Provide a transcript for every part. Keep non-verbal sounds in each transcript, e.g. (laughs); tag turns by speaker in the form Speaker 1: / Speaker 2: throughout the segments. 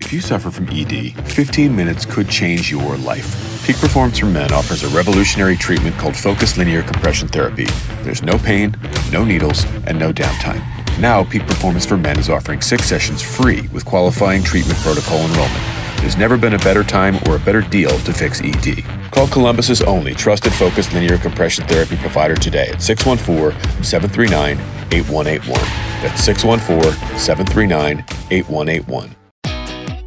Speaker 1: If you suffer from ED, 15 minutes could change your life. Peak Performance for Men offers a revolutionary treatment called focused linear compression therapy. There's no pain, no needles, and no downtime. Now, Peak Performance for Men is offering six sessions free with qualifying treatment protocol enrollment. There's never been a better time or a better deal to fix ED. Call Columbus's only trusted focused linear compression therapy provider today at 614 739 8181. That's 614 739 8181.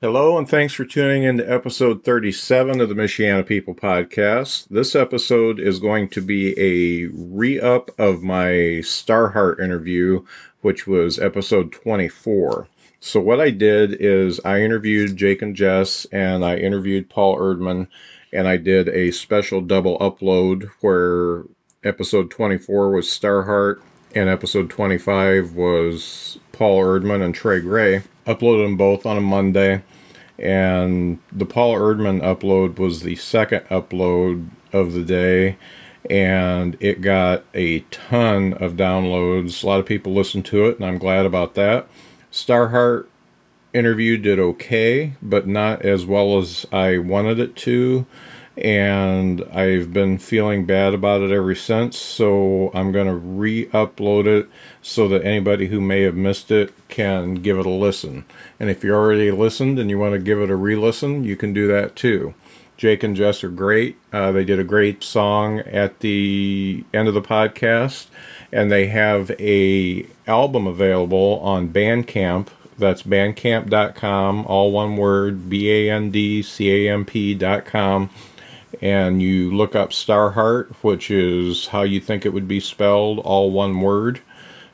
Speaker 2: Hello, and thanks for tuning in to episode 37 of the Michiana People Podcast. This episode is going to be a re up of my Starheart interview, which was episode 24. So what I did is I interviewed Jake and Jess, and I interviewed Paul Erdman, and I did a special double upload where episode 24 was Starheart, and episode 25 was Paul Erdman and Trey Gray. Uploaded them both on a Monday, and the Paul Erdman upload was the second upload of the day. And it got a ton of downloads. A lot of people listened to it, and I'm glad about that. Starheart interview did okay, but not as well as I wanted it to. And I've been feeling bad about it ever since. So I'm going to re upload it so that anybody who may have missed it can give it a listen. And if you already listened and you want to give it a re listen, you can do that too. Jake and Jess are great. Uh, they did a great song at the end of the podcast, and they have a album available on Bandcamp. That's bandcamp.com, all one word, B A N D C A M P.com. And you look up Starheart, which is how you think it would be spelled, all one word,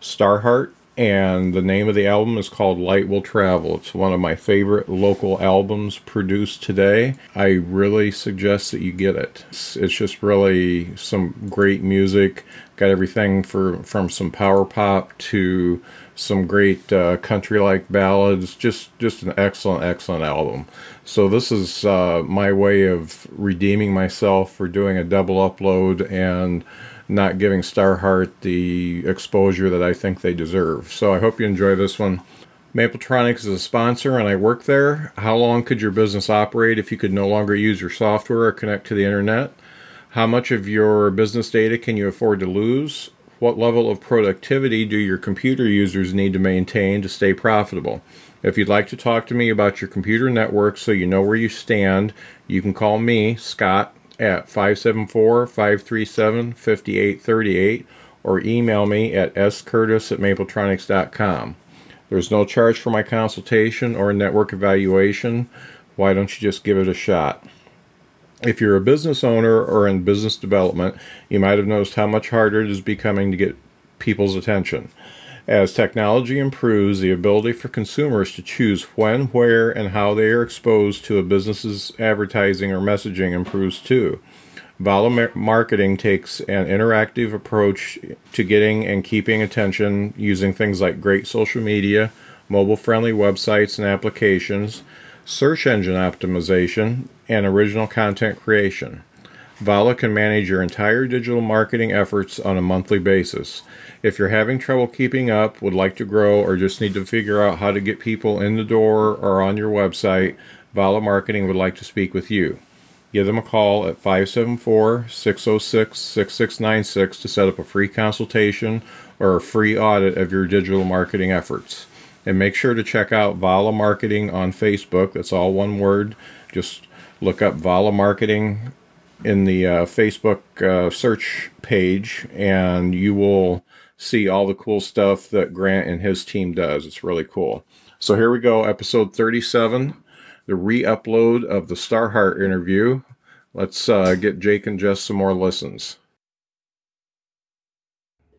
Speaker 2: Starheart. And the name of the album is called Light Will Travel. It's one of my favorite local albums produced today. I really suggest that you get it. It's, it's just really some great music. Got everything for, from some power pop to some great uh, country like ballads. Just, just an excellent, excellent album. So, this is uh, my way of redeeming myself for doing a double upload and not giving Starheart the exposure that I think they deserve. So I hope you enjoy this one. Mapletronics is a sponsor and I work there. How long could your business operate if you could no longer use your software or connect to the internet? How much of your business data can you afford to lose? What level of productivity do your computer users need to maintain to stay profitable? If you'd like to talk to me about your computer network so you know where you stand, you can call me, Scott, at 574 537 5838 or email me at scurtis at mapletronics.com. There's no charge for my consultation or network evaluation. Why don't you just give it a shot? If you're a business owner or in business development, you might have noticed how much harder it is becoming to get people's attention. As technology improves, the ability for consumers to choose when, where, and how they are exposed to a business's advertising or messaging improves too. Volume marketing takes an interactive approach to getting and keeping attention using things like great social media, mobile friendly websites and applications, search engine optimization, and original content creation. Vala can manage your entire digital marketing efforts on a monthly basis. If you're having trouble keeping up, would like to grow, or just need to figure out how to get people in the door or on your website, Vala Marketing would like to speak with you. Give them a call at 574 606 6696 to set up a free consultation or a free audit of your digital marketing efforts. And make sure to check out Vala Marketing on Facebook. That's all one word. Just look up Vala Marketing in the uh, Facebook uh, search page, and you will see all the cool stuff that Grant and his team does. It's really cool. So here we go, episode 37, the re-upload of the Starheart interview. Let's uh, get Jake and Jess some more listens.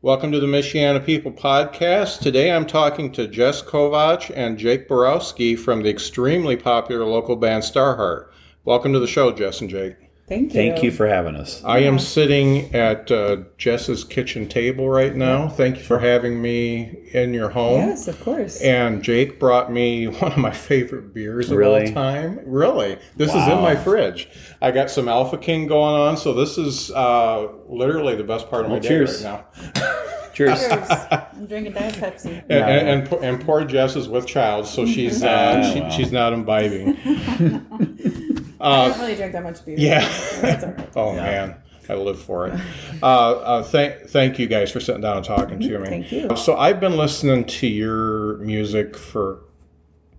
Speaker 2: Welcome to the Michiana People Podcast. Today I'm talking to Jess Kovach and Jake Borowski from the extremely popular local band Starheart. Welcome to the show, Jess and Jake.
Speaker 3: Thank you.
Speaker 4: Thank you for having us.
Speaker 2: I am sitting at uh, Jess's kitchen table right now. Thank you for having me in your home.
Speaker 3: Yes, of course.
Speaker 2: And Jake brought me (laughs) one of my favorite beers of
Speaker 4: Really?
Speaker 2: all time. Really? This is in my fridge. I got some Alpha King going on, so this is uh, literally the best part of my
Speaker 4: Well, cheers.
Speaker 2: day right now.
Speaker 4: (laughs) Cheers.
Speaker 3: Cheers. I'm drinking Diet Pepsi.
Speaker 4: Uh,
Speaker 2: And, and, and, po- and poor Jess is with child, so she's uh,
Speaker 4: Oh,
Speaker 2: she,
Speaker 4: wow.
Speaker 2: she's not imbibing. (laughs)
Speaker 3: I don't really drink that much beer.
Speaker 2: yeah.
Speaker 3: So that's
Speaker 4: (laughs)
Speaker 3: all right.
Speaker 2: Oh man, I live for it. Uh, uh, thank thank you guys for sitting down and talking to me.
Speaker 3: Mm-hmm. Thank you.
Speaker 2: So I've been listening to your music for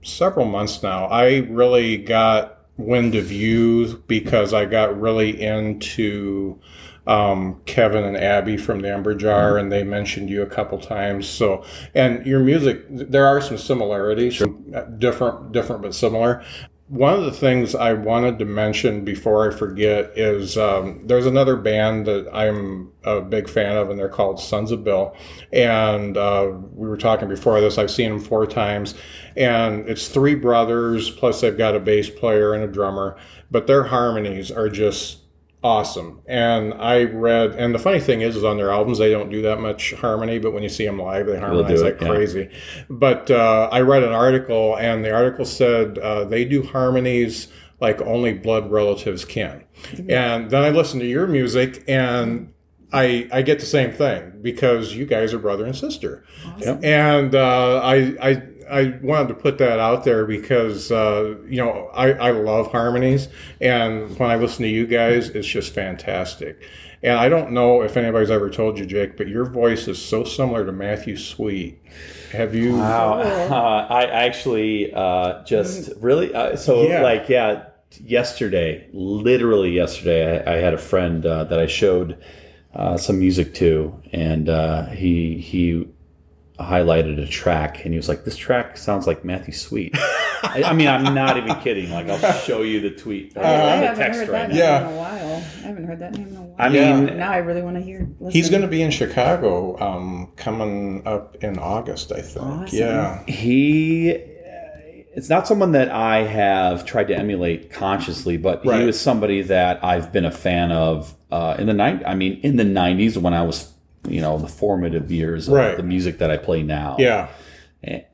Speaker 2: several months now. I really got wind of you because I got really into um, Kevin and Abby from the Amber Jar,
Speaker 3: Mm-hmm.
Speaker 2: and they mentioned you a couple times. So, and your music, there are some similarities, uh, different, different but similar. One of the things I wanted to mention before I forget is um, there's another band that I'm a big fan of, and they're called Sons of Bill. And uh, we were talking before this, I've seen them four times, and it's three brothers, plus they've got a bass player and a drummer, but their harmonies are just awesome. And I read, and the funny thing is, is on their albums they don't do that much harmony, but when you see them live, they harmonize
Speaker 4: do
Speaker 2: like
Speaker 4: it, yeah.
Speaker 2: crazy. But uh, I read an article, and the article said uh, they do harmonies like only blood relatives can. And then I listened to your music, and I I get the same thing because you guys are brother and sister. And uh, I I. I wanted to put that out there because uh, you know I, I love harmonies, and when I listen to you guys, it's just fantastic. And I don't know if anybody's ever told you, Jake, but your voice is so similar to Matthew Sweet. Have you?
Speaker 4: Wow. Uh, I actually uh, just really uh, so
Speaker 2: Yeah.
Speaker 4: like yeah. Yesterday, literally yesterday, I, I had a friend uh, that I showed uh, some music to, and uh, he he highlighted a track, and he was like, "This track sounds like Matthew Sweet." I, I mean, I'm not even kidding. Like, I'll show you the tweet, uh,
Speaker 3: I
Speaker 4: the
Speaker 3: haven't
Speaker 4: text
Speaker 3: heard
Speaker 4: right
Speaker 3: that
Speaker 4: now.
Speaker 3: name
Speaker 2: Yeah.
Speaker 3: in a while. I haven't heard that name in a while.
Speaker 4: I mean,
Speaker 3: now I really want to hear. Listen.
Speaker 2: He's going to be in Chicago um, coming up in August, I think.
Speaker 3: Awesome.
Speaker 2: Yeah.
Speaker 4: he it's not someone that i have tried to emulate consciously but
Speaker 2: Right.
Speaker 4: he was somebody that i've been a fan of uh, in the night i mean in the 90s when i was you know the formative years of
Speaker 2: Right.
Speaker 4: the music that i play now
Speaker 2: Yeah.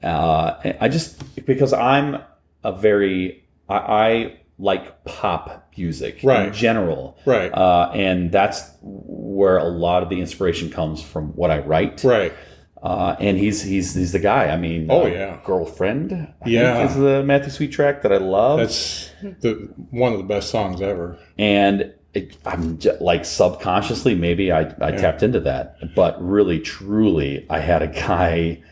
Speaker 4: uh, I just because I'm a very I, I like pop music
Speaker 2: Right.
Speaker 4: in general,
Speaker 2: Right.
Speaker 4: Uh, and that's where a lot of the inspiration comes from what I write,
Speaker 2: Right.
Speaker 4: Uh, and he's he's he's the guy. I mean,
Speaker 2: Oh,
Speaker 4: uh,
Speaker 2: yeah.
Speaker 4: girlfriend. I think,
Speaker 2: Yeah.
Speaker 4: is the Matthew Sweet track that I love,
Speaker 2: That's the one of the best songs ever.
Speaker 4: and. It, I'm j like subconsciously, maybe I, I tapped into that, but really, truly, I had a guy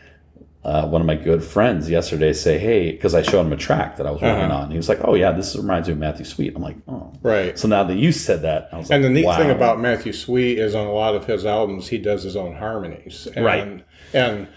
Speaker 4: uh, one of my good friends yesterday say, "Hey," because I showed him a track that I was working
Speaker 2: Uh-huh.
Speaker 4: on. He was like, "Oh yeah, this reminds me of Matthew Sweet." I'm like, "Oh."
Speaker 2: Right.
Speaker 4: So now that you said that, I was like,
Speaker 2: And the neat
Speaker 4: wow.
Speaker 2: thing about Matthew Sweet is on a lot of his albums, he does his own harmonies. And,
Speaker 4: Right.
Speaker 2: And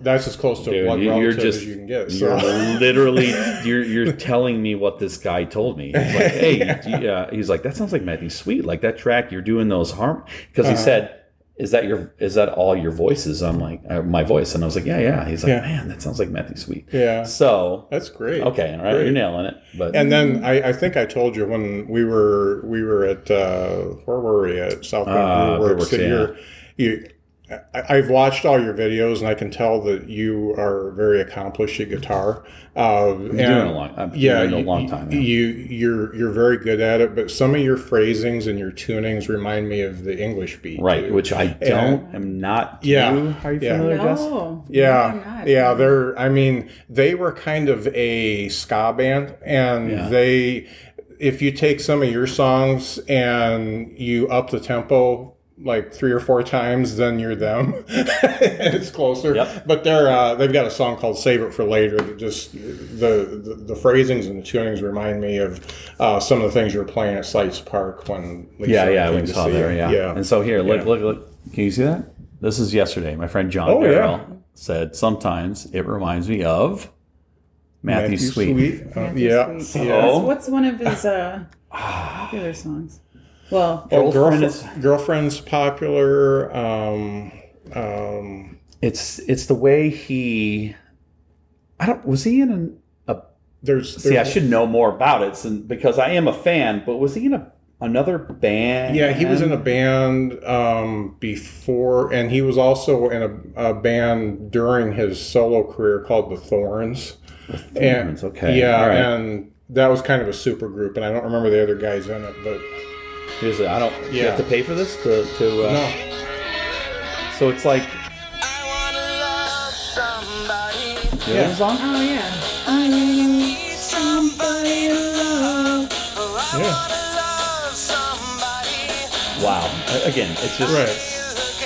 Speaker 2: that's as close to
Speaker 4: Dude,
Speaker 2: blood
Speaker 4: you, are
Speaker 2: relative
Speaker 4: just
Speaker 2: as you can get.
Speaker 4: you're
Speaker 2: So.
Speaker 4: literally you're you're telling me what this guy told me. He's
Speaker 2: (laughs)
Speaker 4: like, "Hey," yeah. He's like, "That sounds like Matthew Sweet. Like that track you're doing those harm." Because
Speaker 2: Uh-huh.
Speaker 4: he said. Is that your? Is that all your voices? I'm like uh, my voice, and I was like, yeah, yeah. He's like,
Speaker 2: Yeah.
Speaker 4: man, that sounds like Matthew Sweet.
Speaker 2: (laughs) Yeah.
Speaker 4: So
Speaker 2: That's great.
Speaker 4: okay, all right,
Speaker 2: Great.
Speaker 4: you're nailing it. But
Speaker 2: And then I, I think I told you when we were we were at uh, where were we at South Bend
Speaker 4: Ah,
Speaker 2: Brew Works
Speaker 4: Brewworks,
Speaker 2: that
Speaker 4: yeah.
Speaker 2: you're- you I, I've watched all your videos and I can tell that you are very accomplished at guitar. Uh, and
Speaker 4: doing a long- I've been
Speaker 2: yeah,
Speaker 4: doing it a
Speaker 2: you-
Speaker 4: long time now.
Speaker 2: You you're you're very good at it, but some of your phrasings and your tunings remind me of the English beat,
Speaker 4: Right,
Speaker 2: too.
Speaker 4: which I don't, am not.
Speaker 2: Yeah.
Speaker 4: You, are you
Speaker 2: Yeah.
Speaker 4: familiar, Jess?
Speaker 3: No. No, I'm
Speaker 2: Yeah,
Speaker 3: not.
Speaker 2: yeah. They're. I mean, they were kind of a ska band, and
Speaker 4: Yeah.
Speaker 2: they. If you take some of your songs and you up the tempo like three or four times, then you're them. (laughs) it's closer.
Speaker 4: Yep.
Speaker 2: But they're uh, they've got a song called "Save It for Later" that just the the, the phrasings and the tunings remind me of uh, some of the things you were playing at Sites Park when Lisa
Speaker 4: Yeah, yeah,
Speaker 2: came
Speaker 4: we
Speaker 2: to
Speaker 4: saw
Speaker 2: see
Speaker 4: there.
Speaker 2: you.
Speaker 4: Yeah. And so here, look, look, look. Can you see that? This is yesterday. My friend John
Speaker 2: Oh, yeah.
Speaker 4: Barrell said sometimes it reminds me of Matthew, Sweet.
Speaker 2: Uh,
Speaker 4: Oh.
Speaker 3: Matthew
Speaker 2: yeah,
Speaker 3: Sweet.
Speaker 2: yeah.
Speaker 3: What's, what's one of his
Speaker 4: (sighs)
Speaker 3: uh, popular songs? Well,
Speaker 2: Well,
Speaker 4: Oh, Girlfriend
Speaker 2: girlfriend
Speaker 4: is-
Speaker 2: girlfriend's popular. Um, Um,
Speaker 4: It's it's the way he. I don't. Was he in an, a?
Speaker 2: there's,
Speaker 4: See, I
Speaker 2: there's-
Speaker 4: should know more about it, since, because I am a fan. But was he in a another band?
Speaker 2: Yeah, he was in a band um, before, and he was also in a, a band during his solo career called The Thorns.
Speaker 4: Thorns,
Speaker 2: And-
Speaker 4: okay,
Speaker 2: Yeah,
Speaker 4: all right.
Speaker 2: and that was kind of a super group, and I don't remember the other guys in it, but
Speaker 4: Here's a, I don't. You
Speaker 2: Yeah.
Speaker 4: have to pay for this to to. Uh,
Speaker 2: no.
Speaker 4: So it's like. You know
Speaker 2: Yeah.
Speaker 4: the song?
Speaker 3: Oh yeah.
Speaker 2: Yeah.
Speaker 4: Wow. A- Again, it's just.
Speaker 2: Right.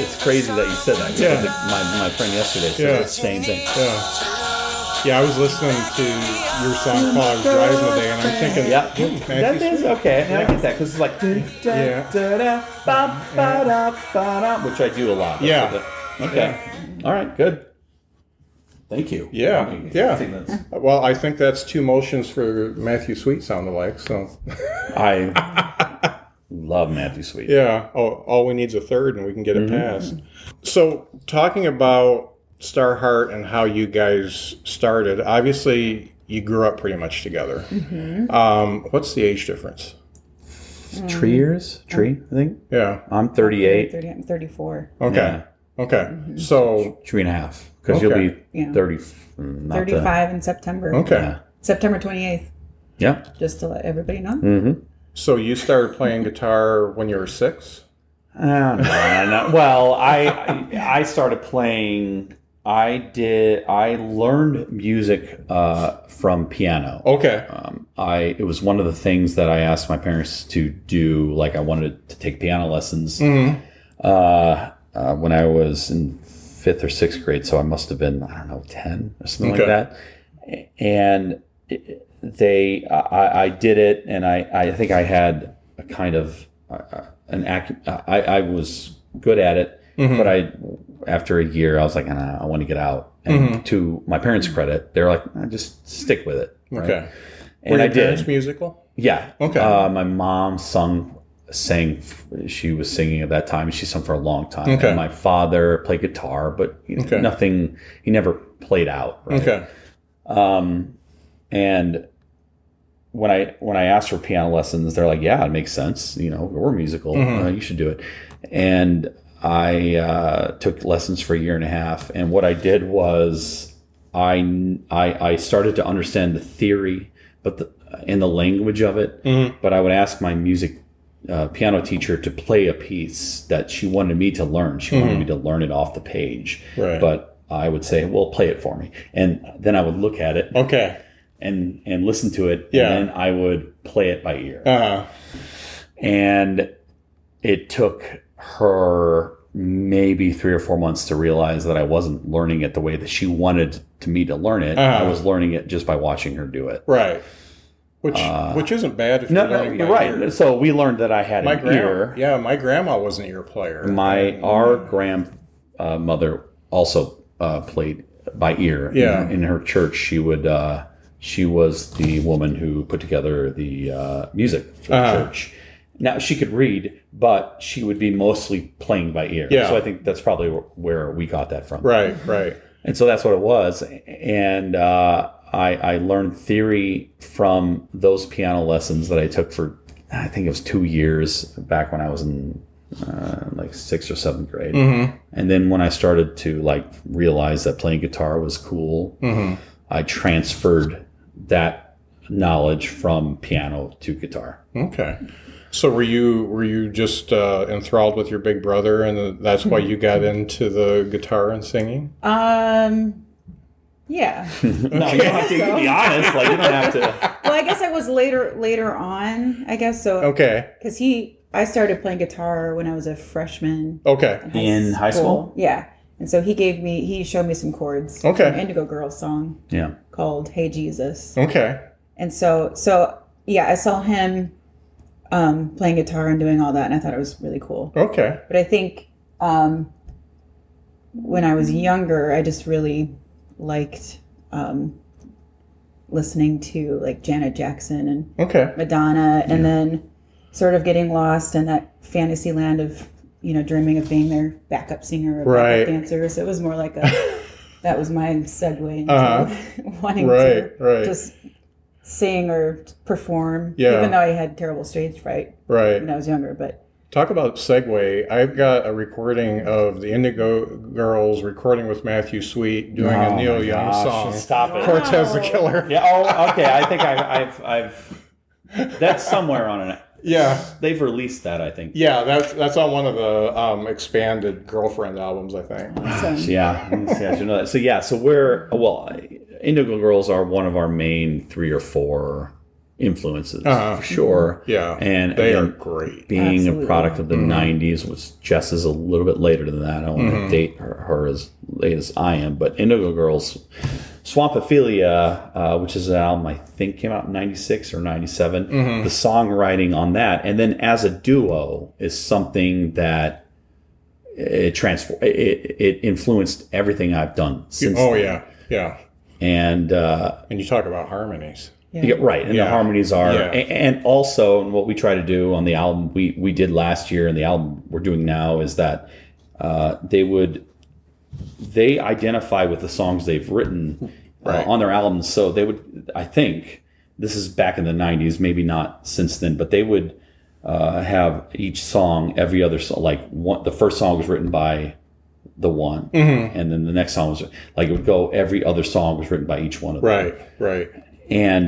Speaker 4: It's crazy that you said that.
Speaker 2: Yeah.
Speaker 4: because My, my friend yesterday said
Speaker 2: Yeah.
Speaker 4: the same thing.
Speaker 2: Yeah. Yeah, I was listening to your song while I was driving today, and I'm thinking,
Speaker 4: Yeah,
Speaker 2: hmm,
Speaker 4: that
Speaker 2: 90s.
Speaker 4: is okay. I, mean, I get that because it's like, da, da,
Speaker 2: Yeah.
Speaker 4: da, da, ba, ba, da, ba, da, which I do a lot. That's
Speaker 2: Yeah.
Speaker 4: what the- Okay. All right. Good. Thank you.
Speaker 2: Yeah,
Speaker 4: I mean,
Speaker 2: yeah.
Speaker 4: I think that's-
Speaker 2: Well, I think that's two motions for Matthew Sweet sound alike. So,
Speaker 4: I
Speaker 2: (laughs)
Speaker 4: love Matthew Sweet.
Speaker 2: yeah. Oh, all we need is a third, and we can get
Speaker 4: Mm-hmm.
Speaker 2: it passed. So, talking about Starheart and how you guys started, obviously you grew up pretty much together.
Speaker 4: Mm-hmm.
Speaker 2: Um, what's the age difference?
Speaker 4: Tree years? Tree, I think.
Speaker 2: Yeah.
Speaker 4: I'm 38,
Speaker 3: 30, I'm 34.
Speaker 2: Okay.
Speaker 4: Yeah. Mm-hmm.
Speaker 2: Okay. So,
Speaker 4: three and a half. Because you'll be
Speaker 2: Okay.
Speaker 3: Yeah.
Speaker 4: 30. mm, Not
Speaker 3: 35
Speaker 4: The,
Speaker 3: in September.
Speaker 2: okay.
Speaker 4: yeah.
Speaker 3: September 28th,
Speaker 4: Yeah.
Speaker 3: just to let everybody know.
Speaker 4: Mm-hmm.
Speaker 2: So you started playing guitar when you were six.
Speaker 4: Uh, no, no, no. (laughs) Well, I I I started playing. I did. I learned music uh, from piano.
Speaker 2: Okay.
Speaker 4: Um, I it was one of the things that I asked my parents to do. Like I wanted to take piano lessons
Speaker 2: Mhm.
Speaker 4: uh, uh, when I was in fifth or sixth grade. So I must have been I don't know ten or something
Speaker 2: Okay.
Speaker 4: like that. And it- they, I, I- I did it, and I I think I had a kind of uh, an acu- I I was good at it,
Speaker 2: Mm-hmm.
Speaker 4: but I after a year I was like nah, I want to get out. And
Speaker 2: Mm-hmm.
Speaker 4: to my parents' credit, they're like, "Nah, just stick with it. right?
Speaker 2: Okay.
Speaker 4: and
Speaker 2: were
Speaker 4: I
Speaker 2: your parents
Speaker 4: did.
Speaker 2: musical?
Speaker 4: Yeah.
Speaker 2: Okay.
Speaker 4: Uh, my mom sung, sang. She was singing at that time. She sung for a long time.
Speaker 2: Okay.
Speaker 4: And my father played guitar, but you know,
Speaker 2: Okay.
Speaker 4: nothing. He never played out. Right?
Speaker 2: Okay.
Speaker 4: Um, and when I when I asked for piano lessons, they're like, "Yeah, it makes sense. You know, we're musical.
Speaker 2: Mhm.
Speaker 4: Uh, you should do it." And I uh, took lessons for a year and a half. And what I did was I I, I started to understand the theory, but the, and the language of it.
Speaker 2: Mhm.
Speaker 4: But I would ask my music. Uh, piano teacher to play a piece that she wanted me to learn. She wanted me to learn it off the page,
Speaker 2: Right.
Speaker 4: but I would say, "Well, play it for me," and then I would look at it
Speaker 2: Okay.
Speaker 4: and and listen to it
Speaker 2: Yeah.
Speaker 4: and then I would play it by ear.
Speaker 2: Uh,
Speaker 4: and it took her maybe 3 or 4 months to realize that I wasn't learning it the way that she wanted to me to learn it.
Speaker 2: Uh-huh.
Speaker 4: I was learning it just by watching her do it.
Speaker 2: right. Which which isn't bad if
Speaker 4: Uh, No,
Speaker 2: you're
Speaker 4: no,
Speaker 2: learning
Speaker 4: you're
Speaker 2: by
Speaker 4: right.
Speaker 2: ear.
Speaker 4: So we learned that I had
Speaker 2: My
Speaker 4: an
Speaker 2: grandma,
Speaker 4: ear.
Speaker 2: yeah, my grandma was an ear player.
Speaker 4: My our grandmother also uh, played by ear.
Speaker 2: Yeah.
Speaker 4: In, in her church, she would. Uh, she was the woman who put together the uh, music for
Speaker 2: Uh-huh.
Speaker 4: the church. Now she could read, but she would be mostly playing by ear.
Speaker 2: Yeah.
Speaker 4: So I think that's probably where we got that from.
Speaker 2: right, right.
Speaker 4: And so that's what it was. And uh, I, I learned theory from those piano lessons that I took for, I think it was two years back when I was in uh, like sixth or seventh grade. And then when I started to like realize that playing guitar was cool, I transferred that knowledge from piano to guitar.
Speaker 2: Okay. So were you were you just uh, enthralled with your big brother, and that's why you got into the guitar and singing?
Speaker 3: Um,
Speaker 4: (laughs)
Speaker 3: yeah.
Speaker 4: No, you don't have to you can be honest. Like you don't have to.
Speaker 3: well, I guess I was later later on. I guess so
Speaker 2: Okay.
Speaker 3: because he I started playing guitar when I was a freshman
Speaker 2: Okay.
Speaker 4: In high school?
Speaker 3: Yeah, and so he gave me he showed me some chords.
Speaker 2: Okay.
Speaker 3: an Indigo Girls song
Speaker 4: (laughs) Yeah.
Speaker 3: called "Hey Jesus,"
Speaker 2: Okay.
Speaker 3: and so so yeah, I saw him um, playing guitar and doing all that, and I thought it was really cool.
Speaker 2: Okay.
Speaker 3: But I think um, when I was younger, I just really liked um, listening to like Janet Jackson and
Speaker 2: Okay.
Speaker 3: Madonna, and then sort of getting lost in that fantasy land of you know, dreaming of being their backup singer or backup
Speaker 2: Right.
Speaker 3: dancer. So it was more like
Speaker 4: (laughs)
Speaker 3: a that was my segue into
Speaker 2: Uh-huh.
Speaker 3: (laughs) wanting
Speaker 2: Right,
Speaker 3: to
Speaker 2: right.
Speaker 3: just sing or perform.
Speaker 2: Yeah.
Speaker 3: Even though I had terrible stage fright
Speaker 2: Right.
Speaker 3: when I was younger, but
Speaker 2: Talk about segue. I've got a recording of the Indigo Girls recording with Matthew Sweet doing
Speaker 4: Oh
Speaker 2: a Neil Young song.
Speaker 4: Stop it.
Speaker 2: Cortez the Killer.
Speaker 4: Yeah. Oh, okay. I think I've, I've, I've. That's somewhere on an.
Speaker 2: Yeah.
Speaker 4: They've released that. I think.
Speaker 2: Yeah, that's that's on one of the um, expanded girlfriend albums, I think.
Speaker 3: so
Speaker 4: Yeah. yeah. I should know that. So yeah. So we're well. Indigo Girls are one of our main three or four influences
Speaker 2: Uh-huh.
Speaker 4: for sure.
Speaker 2: Yeah,
Speaker 4: And
Speaker 2: they are
Speaker 4: again,
Speaker 2: great.
Speaker 4: being
Speaker 3: Absolutely.
Speaker 4: a product of the '90s, which Jess is a little bit later than that. I don't want to date her, her as late as I am, but Indigo Girls, Swampophilia, uh, which is an album I think came out in '96 or '97. The songwriting on that, and then as a duo, is something that it transform it, it influenced everything I've done since.
Speaker 2: Oh
Speaker 4: then.
Speaker 2: yeah, yeah.
Speaker 4: and uh,
Speaker 2: And you talk about harmonies.
Speaker 4: yeah, right. And
Speaker 2: Yeah.
Speaker 4: the harmonies are,
Speaker 2: Yeah.
Speaker 4: a- and also, and what we try to do on the album we we did last year, and the album we're doing now is that uh, they would they identify with the songs they've written uh,
Speaker 2: Right.
Speaker 4: on their albums. So they would, I think, this is back in the '90s, maybe not since then, but they would uh, have each song, every other song, like one, the first song was written by the one,
Speaker 2: Mm-hmm.
Speaker 4: and then the next song was like it would go every other song was written by each one of them
Speaker 2: Right, right.
Speaker 4: and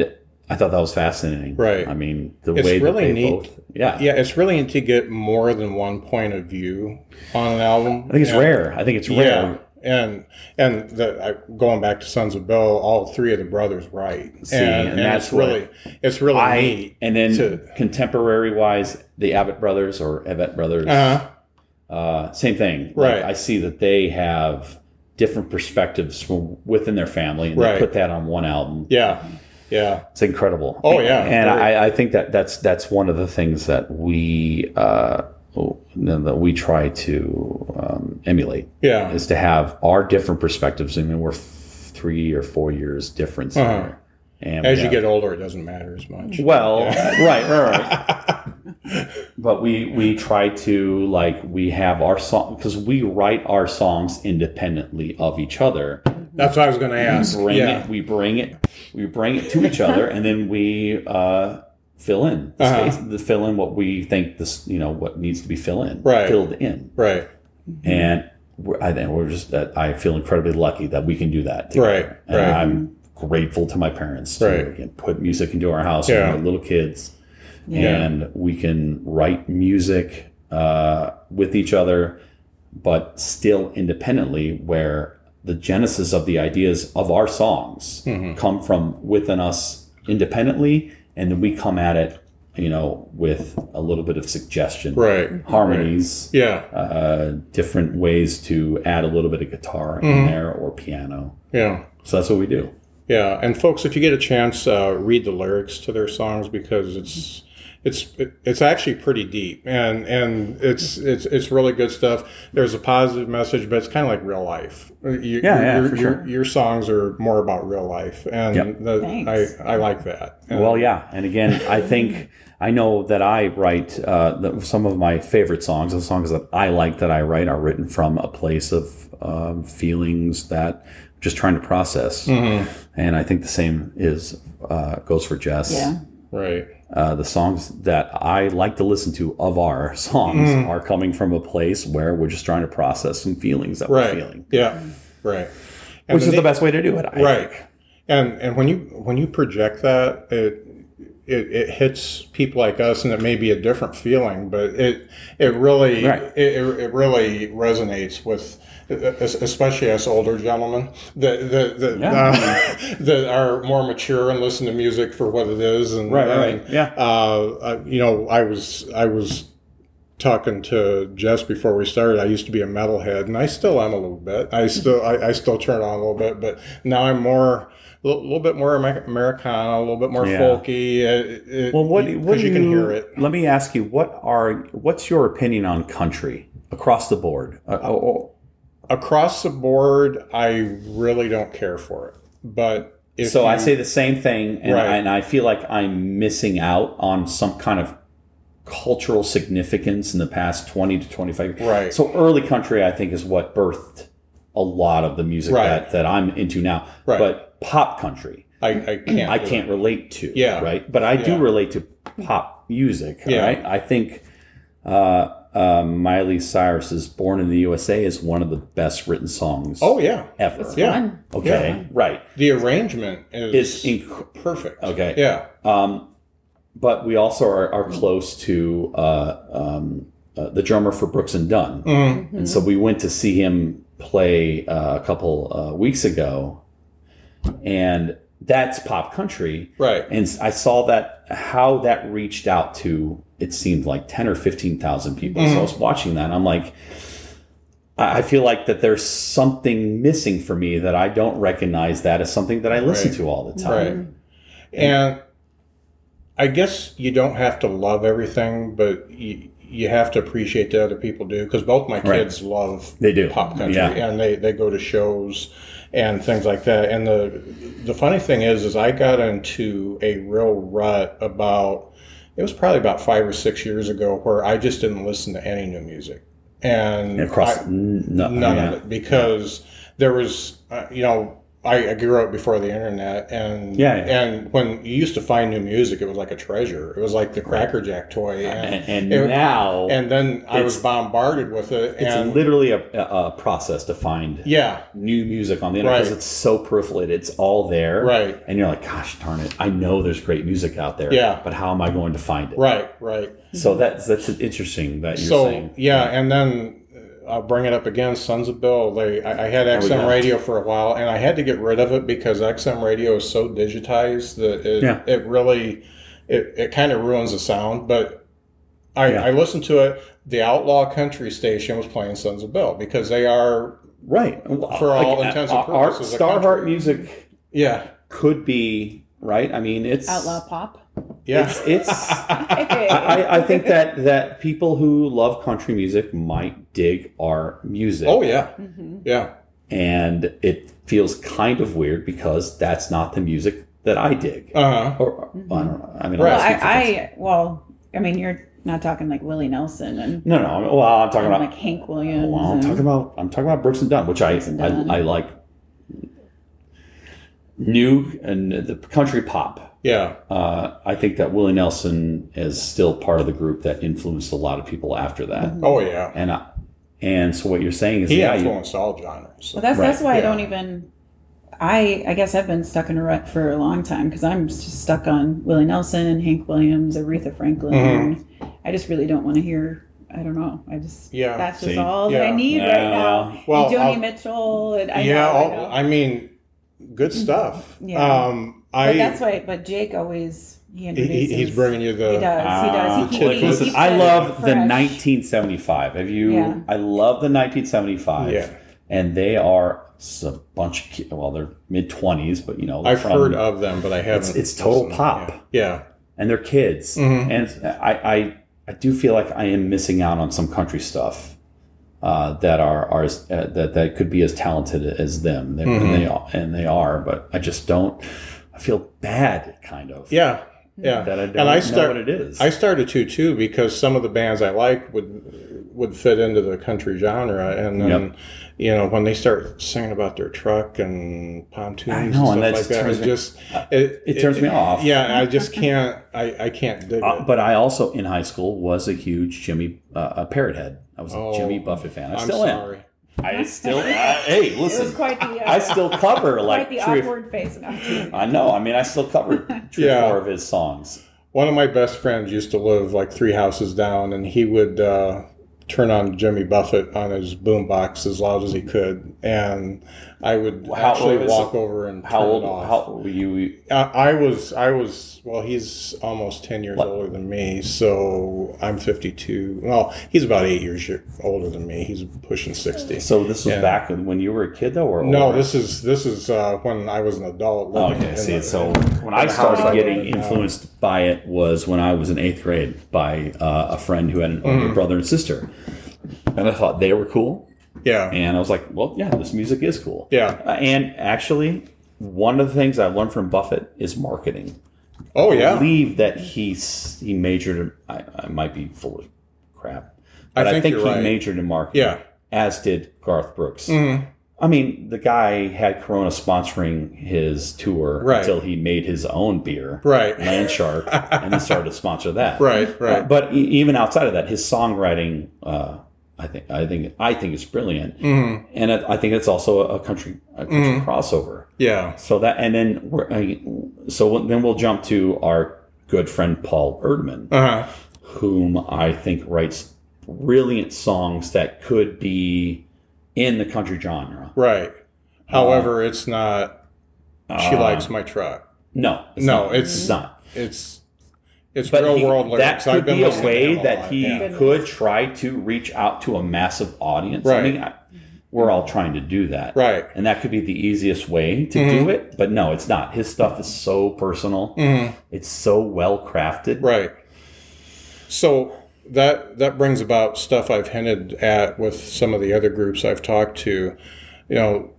Speaker 4: I thought that was fascinating.
Speaker 2: Right.
Speaker 4: I mean, the
Speaker 2: It's
Speaker 4: way
Speaker 2: really
Speaker 4: that they
Speaker 2: neat.
Speaker 4: both, yeah,
Speaker 2: Yeah, it's really neat to get more than one point of view on an album.
Speaker 4: I think it's rare. I think it's
Speaker 2: Yeah,
Speaker 4: rare.
Speaker 2: and and the, I, going back to Sons of Bell, all three of the brothers write.
Speaker 4: See, and that's
Speaker 2: it's really it's really
Speaker 4: I
Speaker 2: neat.
Speaker 4: and then
Speaker 2: to-
Speaker 4: contemporary wise, the Abbott brothers or Evett brothers,
Speaker 2: Uh,
Speaker 4: uh, same thing.
Speaker 2: Right.
Speaker 4: I see that they have different perspectives from within their family, and
Speaker 2: Right.
Speaker 4: they put that on one album.
Speaker 2: yeah, yeah,
Speaker 4: It's incredible.
Speaker 2: Oh, yeah.
Speaker 4: and
Speaker 2: Very.
Speaker 4: I, I think that that's that's one of the things that we uh, that we try to um, emulate.
Speaker 2: Yeah.
Speaker 4: is to have our different perspectives. I mean, we're f- three or four years difference
Speaker 2: Uh-huh.
Speaker 4: there. And
Speaker 2: As
Speaker 4: we
Speaker 2: you
Speaker 4: have-
Speaker 2: get older, it doesn't matter as much.
Speaker 4: well, right, right, right.
Speaker 2: (laughs)
Speaker 4: but we we try to like we have our song because we write our songs independently of each other
Speaker 2: That's what I was going to ask.
Speaker 4: bring
Speaker 2: yeah,
Speaker 4: it we bring it we bring it to each other and then we uh fill in the
Speaker 2: Uh-huh.
Speaker 4: space the fill in what we think this you know what needs to be fill in
Speaker 2: Right.
Speaker 4: filled in
Speaker 2: right,
Speaker 4: and we're, I think we're just that I feel incredibly lucky that we can do that together.
Speaker 2: Right,
Speaker 4: and
Speaker 2: right.
Speaker 4: I'm grateful to my parents to
Speaker 2: Right.
Speaker 4: again, put music into our house
Speaker 2: Yeah.
Speaker 4: when we were little kids
Speaker 3: yeah.
Speaker 4: and we can write music uh, with each other, but still independently, where the genesis of the ideas of our songs
Speaker 2: Mm-hmm.
Speaker 4: come from within us independently, and then we come at it, you know, with a little bit of suggestion,
Speaker 2: right.
Speaker 4: harmonies,
Speaker 2: Yeah,
Speaker 4: uh, different ways to add a little bit of guitar in there or piano.
Speaker 2: yeah.
Speaker 4: So that's what we do.
Speaker 2: Yeah, and folks, if you get a chance, uh, read the lyrics to their songs because it's it's it's actually pretty deep, and and it's it's it's really good stuff. There's a positive message, but it's kind of like real life. Uh, You,
Speaker 4: Yeah, yeah,
Speaker 2: your,
Speaker 4: for
Speaker 2: your,
Speaker 4: sure.
Speaker 2: your songs are more about real life, and
Speaker 4: Yep.
Speaker 2: the,
Speaker 3: Thanks.
Speaker 2: I I like that. And-
Speaker 4: Well, yeah, and again, I think I know that I write uh, that some of my favorite songs, the songs that I like that I write, are written from a place of um, feelings that I'm just trying to process. And I think the same is uh, goes for Jess.
Speaker 3: Yeah.
Speaker 2: right.
Speaker 4: Uh, the songs that I like to listen to of our songs are coming from a place where we're just trying to process some feelings that
Speaker 2: Right.
Speaker 4: we're feeling,
Speaker 2: Yeah. Right. And
Speaker 4: which is
Speaker 2: na-
Speaker 4: the best way to do it. I
Speaker 2: right
Speaker 4: think.
Speaker 2: and and when you when you project that it it, it hits people like us and it may be a different feeling but it it really
Speaker 4: Right.
Speaker 2: it, it, it really resonates with es- especially us older gentlemen that that, that, uh, (laughs) that are more mature and listen to music for what it is and
Speaker 4: Right, right, right.
Speaker 2: and,
Speaker 4: Yeah.
Speaker 2: uh, uh, you know i was i was talking to Jess before we started, I used to be a metalhead, and I still am a little bit. I still I, I still turn on a little bit, but now I'm more a little, little bit more Amer- Americana, a little bit more
Speaker 4: Yeah.
Speaker 2: folky. It, it,
Speaker 4: Well, what, what
Speaker 2: because
Speaker 4: do
Speaker 2: you can hear it.
Speaker 4: Let me ask you, what are what's your opinion on country across the board? Uh, oh, oh,
Speaker 2: Across the board, I really don't care for it, but if
Speaker 4: so I
Speaker 2: you-
Speaker 4: say the same thing, and,
Speaker 2: Right.
Speaker 4: I, and I feel like I'm missing out on some kind of cultural significance in the past 20 to 25 years.
Speaker 2: Right.
Speaker 4: So early country, I think, is what birthed a lot of the music
Speaker 2: Right.
Speaker 4: that, that I'm into now.
Speaker 2: Right.
Speaker 4: But pop country,
Speaker 2: I, I can't.
Speaker 4: I
Speaker 2: do
Speaker 4: can't relate to.
Speaker 2: Yeah.
Speaker 4: Right. But I do
Speaker 2: Yeah.
Speaker 4: relate to pop music.
Speaker 2: Yeah.
Speaker 4: Right. I think uh, uh, Miley Cyrus's "Born in the USA" is one of the best written songs.
Speaker 2: Oh yeah,
Speaker 4: Ever.
Speaker 2: yeah.
Speaker 3: Fun.
Speaker 4: Okay. Right.
Speaker 2: The arrangement is
Speaker 4: It's inc-
Speaker 2: perfect.
Speaker 4: Okay.
Speaker 2: Yeah.
Speaker 4: Um, but we also are, are close to uh, um, uh, the drummer for Brooks and Dunn,
Speaker 2: Mhm.
Speaker 4: and so we went to see him play uh, a couple uh, weeks ago, and that's pop country.
Speaker 2: Right.
Speaker 4: And s- I saw that how that reached out to it seemed like ten or fifteen thousand people.
Speaker 2: Mm-hmm.
Speaker 4: So I was watching that. And I'm like, I I feel like that there's something missing for me that I don't recognize that as something that I listen
Speaker 2: Right.
Speaker 4: to all the time.
Speaker 2: Right. And I guess you don't have to love everything, but you, you have to appreciate that other people do. Because both my
Speaker 4: Right.
Speaker 2: kids love
Speaker 4: They do.
Speaker 2: pop country,
Speaker 4: Yeah.
Speaker 2: and they, they go to shows and things like that. And the the funny thing is, is I got into a real rut about it was probably about five or six years ago where I just didn't listen to any new music. And
Speaker 4: across
Speaker 2: I-
Speaker 4: n- no-
Speaker 2: none
Speaker 4: yeah.
Speaker 2: of it because there was uh, you know I, I grew up before the internet and
Speaker 4: Yeah.
Speaker 2: and when you used to find new music it was like a treasure it was like the Cracker Jack toy and
Speaker 4: and, and
Speaker 2: it-
Speaker 4: now
Speaker 2: and then I was
Speaker 4: it's-
Speaker 2: bombarded with it
Speaker 4: it's
Speaker 2: and
Speaker 4: literally a, a a process to find
Speaker 2: yeah
Speaker 4: new music on the internet because
Speaker 2: Right.
Speaker 4: it's so proliferated. It's all there,
Speaker 2: Right.
Speaker 4: And you're like, gosh darn it! I know there's great music out there,
Speaker 2: Yeah.
Speaker 4: But how am I going to find it?
Speaker 2: right right
Speaker 4: So that's that's interesting that you're
Speaker 2: so
Speaker 4: saying.
Speaker 2: yeah and then uh, I'll bring it up again Sons of Bill they I, I had
Speaker 4: we
Speaker 2: XM
Speaker 4: go.
Speaker 2: radio for a while and I had to get rid of it because XM radio is so digitized that it,
Speaker 4: Yeah.
Speaker 2: it really it, it kind of ruins the sound but I,
Speaker 4: Yeah.
Speaker 2: I listened to it. The Outlaw Country Station was playing Sons of Bill because they are,
Speaker 4: right?
Speaker 2: For all intents and
Speaker 4: our,
Speaker 2: purposes, a
Speaker 4: Starheart
Speaker 2: country.
Speaker 4: music
Speaker 2: yeah,
Speaker 4: could be right. I mean, it's
Speaker 3: Outlaw pop.
Speaker 2: yeah,
Speaker 4: It's,
Speaker 2: (laughs)
Speaker 4: it's I, I- I think that that people who love country music might dig our music.
Speaker 2: oh yeah,
Speaker 3: hmm
Speaker 2: yeah,
Speaker 4: and it feels kind of weird because that's not the music that I dig.
Speaker 2: uh huh,
Speaker 4: Or I don't know. I mean, I'm
Speaker 2: Right.
Speaker 3: Well,
Speaker 4: not speaking for
Speaker 3: I, I
Speaker 4: myself.
Speaker 3: well, I mean, you're not talking like Willie Nelson and
Speaker 4: no, no. I'm, well, I'm talking about.
Speaker 3: like Hank Williams.
Speaker 4: well, I'm
Speaker 3: and-
Speaker 4: talking about. I'm talking about Brooks and Dunn, which I
Speaker 3: Brooks and Dunn.
Speaker 4: I, I like. New and the country pop.
Speaker 2: yeah,
Speaker 4: Uh, I think that Willie Nelson is still part of the group that influenced a lot of people after that.
Speaker 2: oh yeah.
Speaker 4: And I, and so what you're saying is
Speaker 2: He
Speaker 4: yeah, you-
Speaker 2: influenced all genres.
Speaker 3: Well, that's that's
Speaker 4: Right,
Speaker 3: why I
Speaker 2: yeah.
Speaker 3: don't even. I I guess I've been stuck in a rut for a long time because I'm just stuck on Willie Nelson, Hank Williams, Aretha Franklin. I just really don't want to hear. I don't know. I just
Speaker 2: Mm-hmm. Yeah,
Speaker 3: That's just
Speaker 4: see.
Speaker 3: all that I
Speaker 2: Yeah.
Speaker 3: need
Speaker 4: Yeah.
Speaker 3: right now.
Speaker 2: Well,
Speaker 3: and Joni
Speaker 2: I'll-
Speaker 3: Mitchell. And I
Speaker 2: yeah,
Speaker 3: know, I, know. Mm-hmm.
Speaker 2: all, I mean, good stuff.
Speaker 3: Yeah.
Speaker 2: Um, I
Speaker 3: but that's why. But Jake always he
Speaker 2: he,
Speaker 3: introduces.
Speaker 2: he- he's bringing you
Speaker 3: He
Speaker 2: the
Speaker 3: does. He
Speaker 4: Ah,
Speaker 3: does. He,
Speaker 4: like,
Speaker 3: he,
Speaker 4: listen,
Speaker 3: keeps
Speaker 4: I
Speaker 3: it
Speaker 4: love the
Speaker 3: fresh.
Speaker 4: 1975. Have you?
Speaker 3: Yeah.
Speaker 4: I love the 1975.
Speaker 2: Yeah.
Speaker 4: And they are s- a bunch of kids. Well, they're mid 20s, but you know, they're
Speaker 2: I've
Speaker 4: from-
Speaker 2: heard of them, but I haven't.
Speaker 4: It's, it's total
Speaker 2: listened.
Speaker 4: pop,
Speaker 2: Yeah,
Speaker 4: and they're kids.
Speaker 2: Mhm.
Speaker 4: And I, I, I do feel like I am missing out on some country stuff. Uh, that are, are as- uh, that that could be as talented as them, They-
Speaker 2: Mm-hmm.
Speaker 4: and they are, and they are. But I just don't. I feel bad, kind of.
Speaker 2: yeah,
Speaker 3: Mm-hmm.
Speaker 2: yeah.
Speaker 4: That I don't
Speaker 2: and I
Speaker 4: know
Speaker 2: start,
Speaker 4: what it is.
Speaker 2: I started to too because some of the bands I like would would fit into the country genre, and then
Speaker 4: Yep.
Speaker 2: you know when they start singing about their truck and pontoons
Speaker 4: I
Speaker 2: and
Speaker 4: know,
Speaker 2: stuff
Speaker 4: and that
Speaker 2: like that,
Speaker 4: turns
Speaker 2: it
Speaker 4: me-
Speaker 2: just it,
Speaker 4: it turns me off.
Speaker 2: Yeah, I just can't. I, I can't dig
Speaker 4: Uh,
Speaker 2: it.
Speaker 4: but I also in high school was a huge Jimmy uh, a parrot head. I was
Speaker 2: Oh,
Speaker 4: a Jimmy Buffett fan. I
Speaker 2: I'm
Speaker 4: still
Speaker 2: sorry.
Speaker 4: am. I still. I, hey,
Speaker 3: It was
Speaker 4: listen.
Speaker 3: quite the. Uh,
Speaker 4: I still
Speaker 3: (laughs)
Speaker 4: cover like
Speaker 3: quite the
Speaker 4: three. or-
Speaker 3: awkward phase. Enough
Speaker 4: (laughs)
Speaker 3: to
Speaker 4: I know. I mean, I still
Speaker 3: (laughs)
Speaker 4: cover three
Speaker 2: Yeah.
Speaker 4: or four of his songs.
Speaker 2: One of my best friends used to live like three houses down, and he would uh, turn on Jimmy Buffett on his boombox as loud as he could, and I would
Speaker 4: How
Speaker 2: actually
Speaker 4: old is-
Speaker 2: walk over and
Speaker 4: How
Speaker 2: turn
Speaker 4: old?
Speaker 2: it off.
Speaker 4: How were you?
Speaker 2: I I was, I was, well, he's almost 10 years older than me, so I'm 52. Well, he's about eight years y- older than me. He's pushing 60.
Speaker 4: So this was
Speaker 2: Yeah.
Speaker 4: back when when you were a kid, though, or
Speaker 2: No,
Speaker 4: older?
Speaker 2: this is, this is uh, when I was an adult.
Speaker 4: Oh,
Speaker 2: living
Speaker 4: okay,
Speaker 2: in
Speaker 4: see,
Speaker 2: the-
Speaker 4: so
Speaker 2: in
Speaker 4: when I
Speaker 2: the
Speaker 4: started
Speaker 2: house I
Speaker 4: getting
Speaker 2: live in now.
Speaker 4: influenced by it was when I was in eighth grade by uh, a friend who had an
Speaker 2: Mm-hmm.
Speaker 4: older brother and sister, and I thought they were cool,
Speaker 2: Yeah.
Speaker 4: and I was like, well, yeah, this music is cool.
Speaker 2: Yeah.
Speaker 4: Uh, And actually, one of the things I've learned from Buffett is marketing.
Speaker 2: Oh yeah.
Speaker 4: believe that he s- he majored. In, I, I might be full of crap, but I
Speaker 2: think
Speaker 4: think,
Speaker 2: you're
Speaker 4: he
Speaker 2: right.
Speaker 4: majored in marketing.
Speaker 2: yeah. Mm-hmm.
Speaker 4: as did Garth Brooks. I mean, the guy had Corona sponsoring his tour
Speaker 2: Right.
Speaker 4: until he made his own beer,
Speaker 2: Right.
Speaker 4: Land Shark, and then started to sponsor
Speaker 2: (laughs)
Speaker 4: that,
Speaker 2: Right. Right.
Speaker 4: But e- even outside of that, his songwriting, uh, I think, I think, I think is brilliant,
Speaker 2: Mm-hmm.
Speaker 4: and I, I think it's also a country, a country crossover.
Speaker 2: Yeah.
Speaker 4: So that, and then we're, I, so we'll- then we'll jump to our good friend Paul Erdman,
Speaker 2: Uh huh.
Speaker 4: whom I think writes brilliant songs that could be in the country genre.
Speaker 2: Right. However, it's not. She
Speaker 4: Uh,
Speaker 2: likes my truck.
Speaker 4: No, it's
Speaker 2: No,
Speaker 4: not.
Speaker 2: it's-
Speaker 4: not.
Speaker 2: It's it's
Speaker 4: But
Speaker 2: real
Speaker 4: he-
Speaker 2: world lyrics.
Speaker 4: that could
Speaker 2: I've been
Speaker 4: be a
Speaker 2: listening to
Speaker 4: way
Speaker 2: him
Speaker 4: that
Speaker 2: lot,
Speaker 4: he
Speaker 2: yeah.
Speaker 4: could try to reach out to a massive audience. I
Speaker 2: Right.
Speaker 4: mean, I, we're all trying to do that,
Speaker 2: Right. Mm-hmm.
Speaker 4: And that could be the easiest way to do it. But no, it's not. His stuff is so personal. It's so well crafted.
Speaker 2: Mm-hmm. Right. So that that brings about stuff I've hinted at with some of the other groups I've talked to. You know,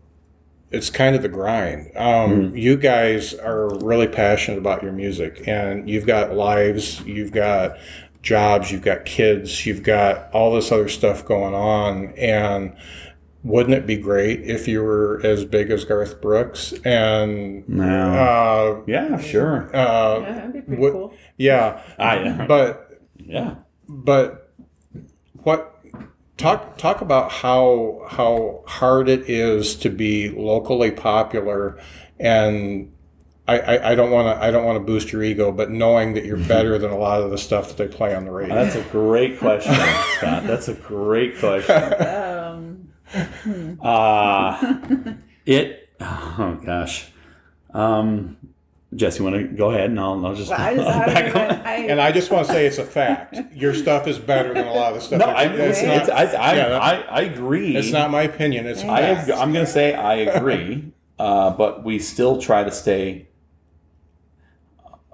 Speaker 2: it's kind of the grind. Um, You guys are really passionate about your music, and you've got lives, you've got jobs, you've got kids, you've got all this other stuff going on, and wouldn't it be great if you were as big as Garth Brooks and
Speaker 4: No.
Speaker 2: uh,
Speaker 4: yeah, sure.
Speaker 2: uh,
Speaker 3: Yeah, that'd be pretty
Speaker 2: What-
Speaker 3: cool.
Speaker 2: yeah,
Speaker 4: I,
Speaker 2: but
Speaker 4: yeah.
Speaker 2: but what talk talk about how how hard it is to be locally popular and I, I, I don't want to I don't want to boost your ego, but knowing
Speaker 4: (laughs)
Speaker 2: that you're better than a lot of the stuff that they play on the radio.
Speaker 4: That's a great question, Scott. That's a great question.
Speaker 3: (laughs) Um,
Speaker 4: Uh, it. Oh gosh. Um, Jess, you want to go ahead and I'll, I'll just.
Speaker 3: but
Speaker 4: (laughs)
Speaker 3: I just, I don't
Speaker 4: back
Speaker 3: even,
Speaker 4: on.
Speaker 3: I,
Speaker 2: and I just want to say it's a fact. Your stuff is better than a lot of the stuff.
Speaker 4: No,
Speaker 2: that-
Speaker 4: I, it's, it's, I, I,
Speaker 2: yeah, that-
Speaker 4: I, I agree.
Speaker 2: it's not my opinion. It's
Speaker 4: I,
Speaker 2: fact.
Speaker 4: ag- I'm going to say I agree, uh, but we still try to stay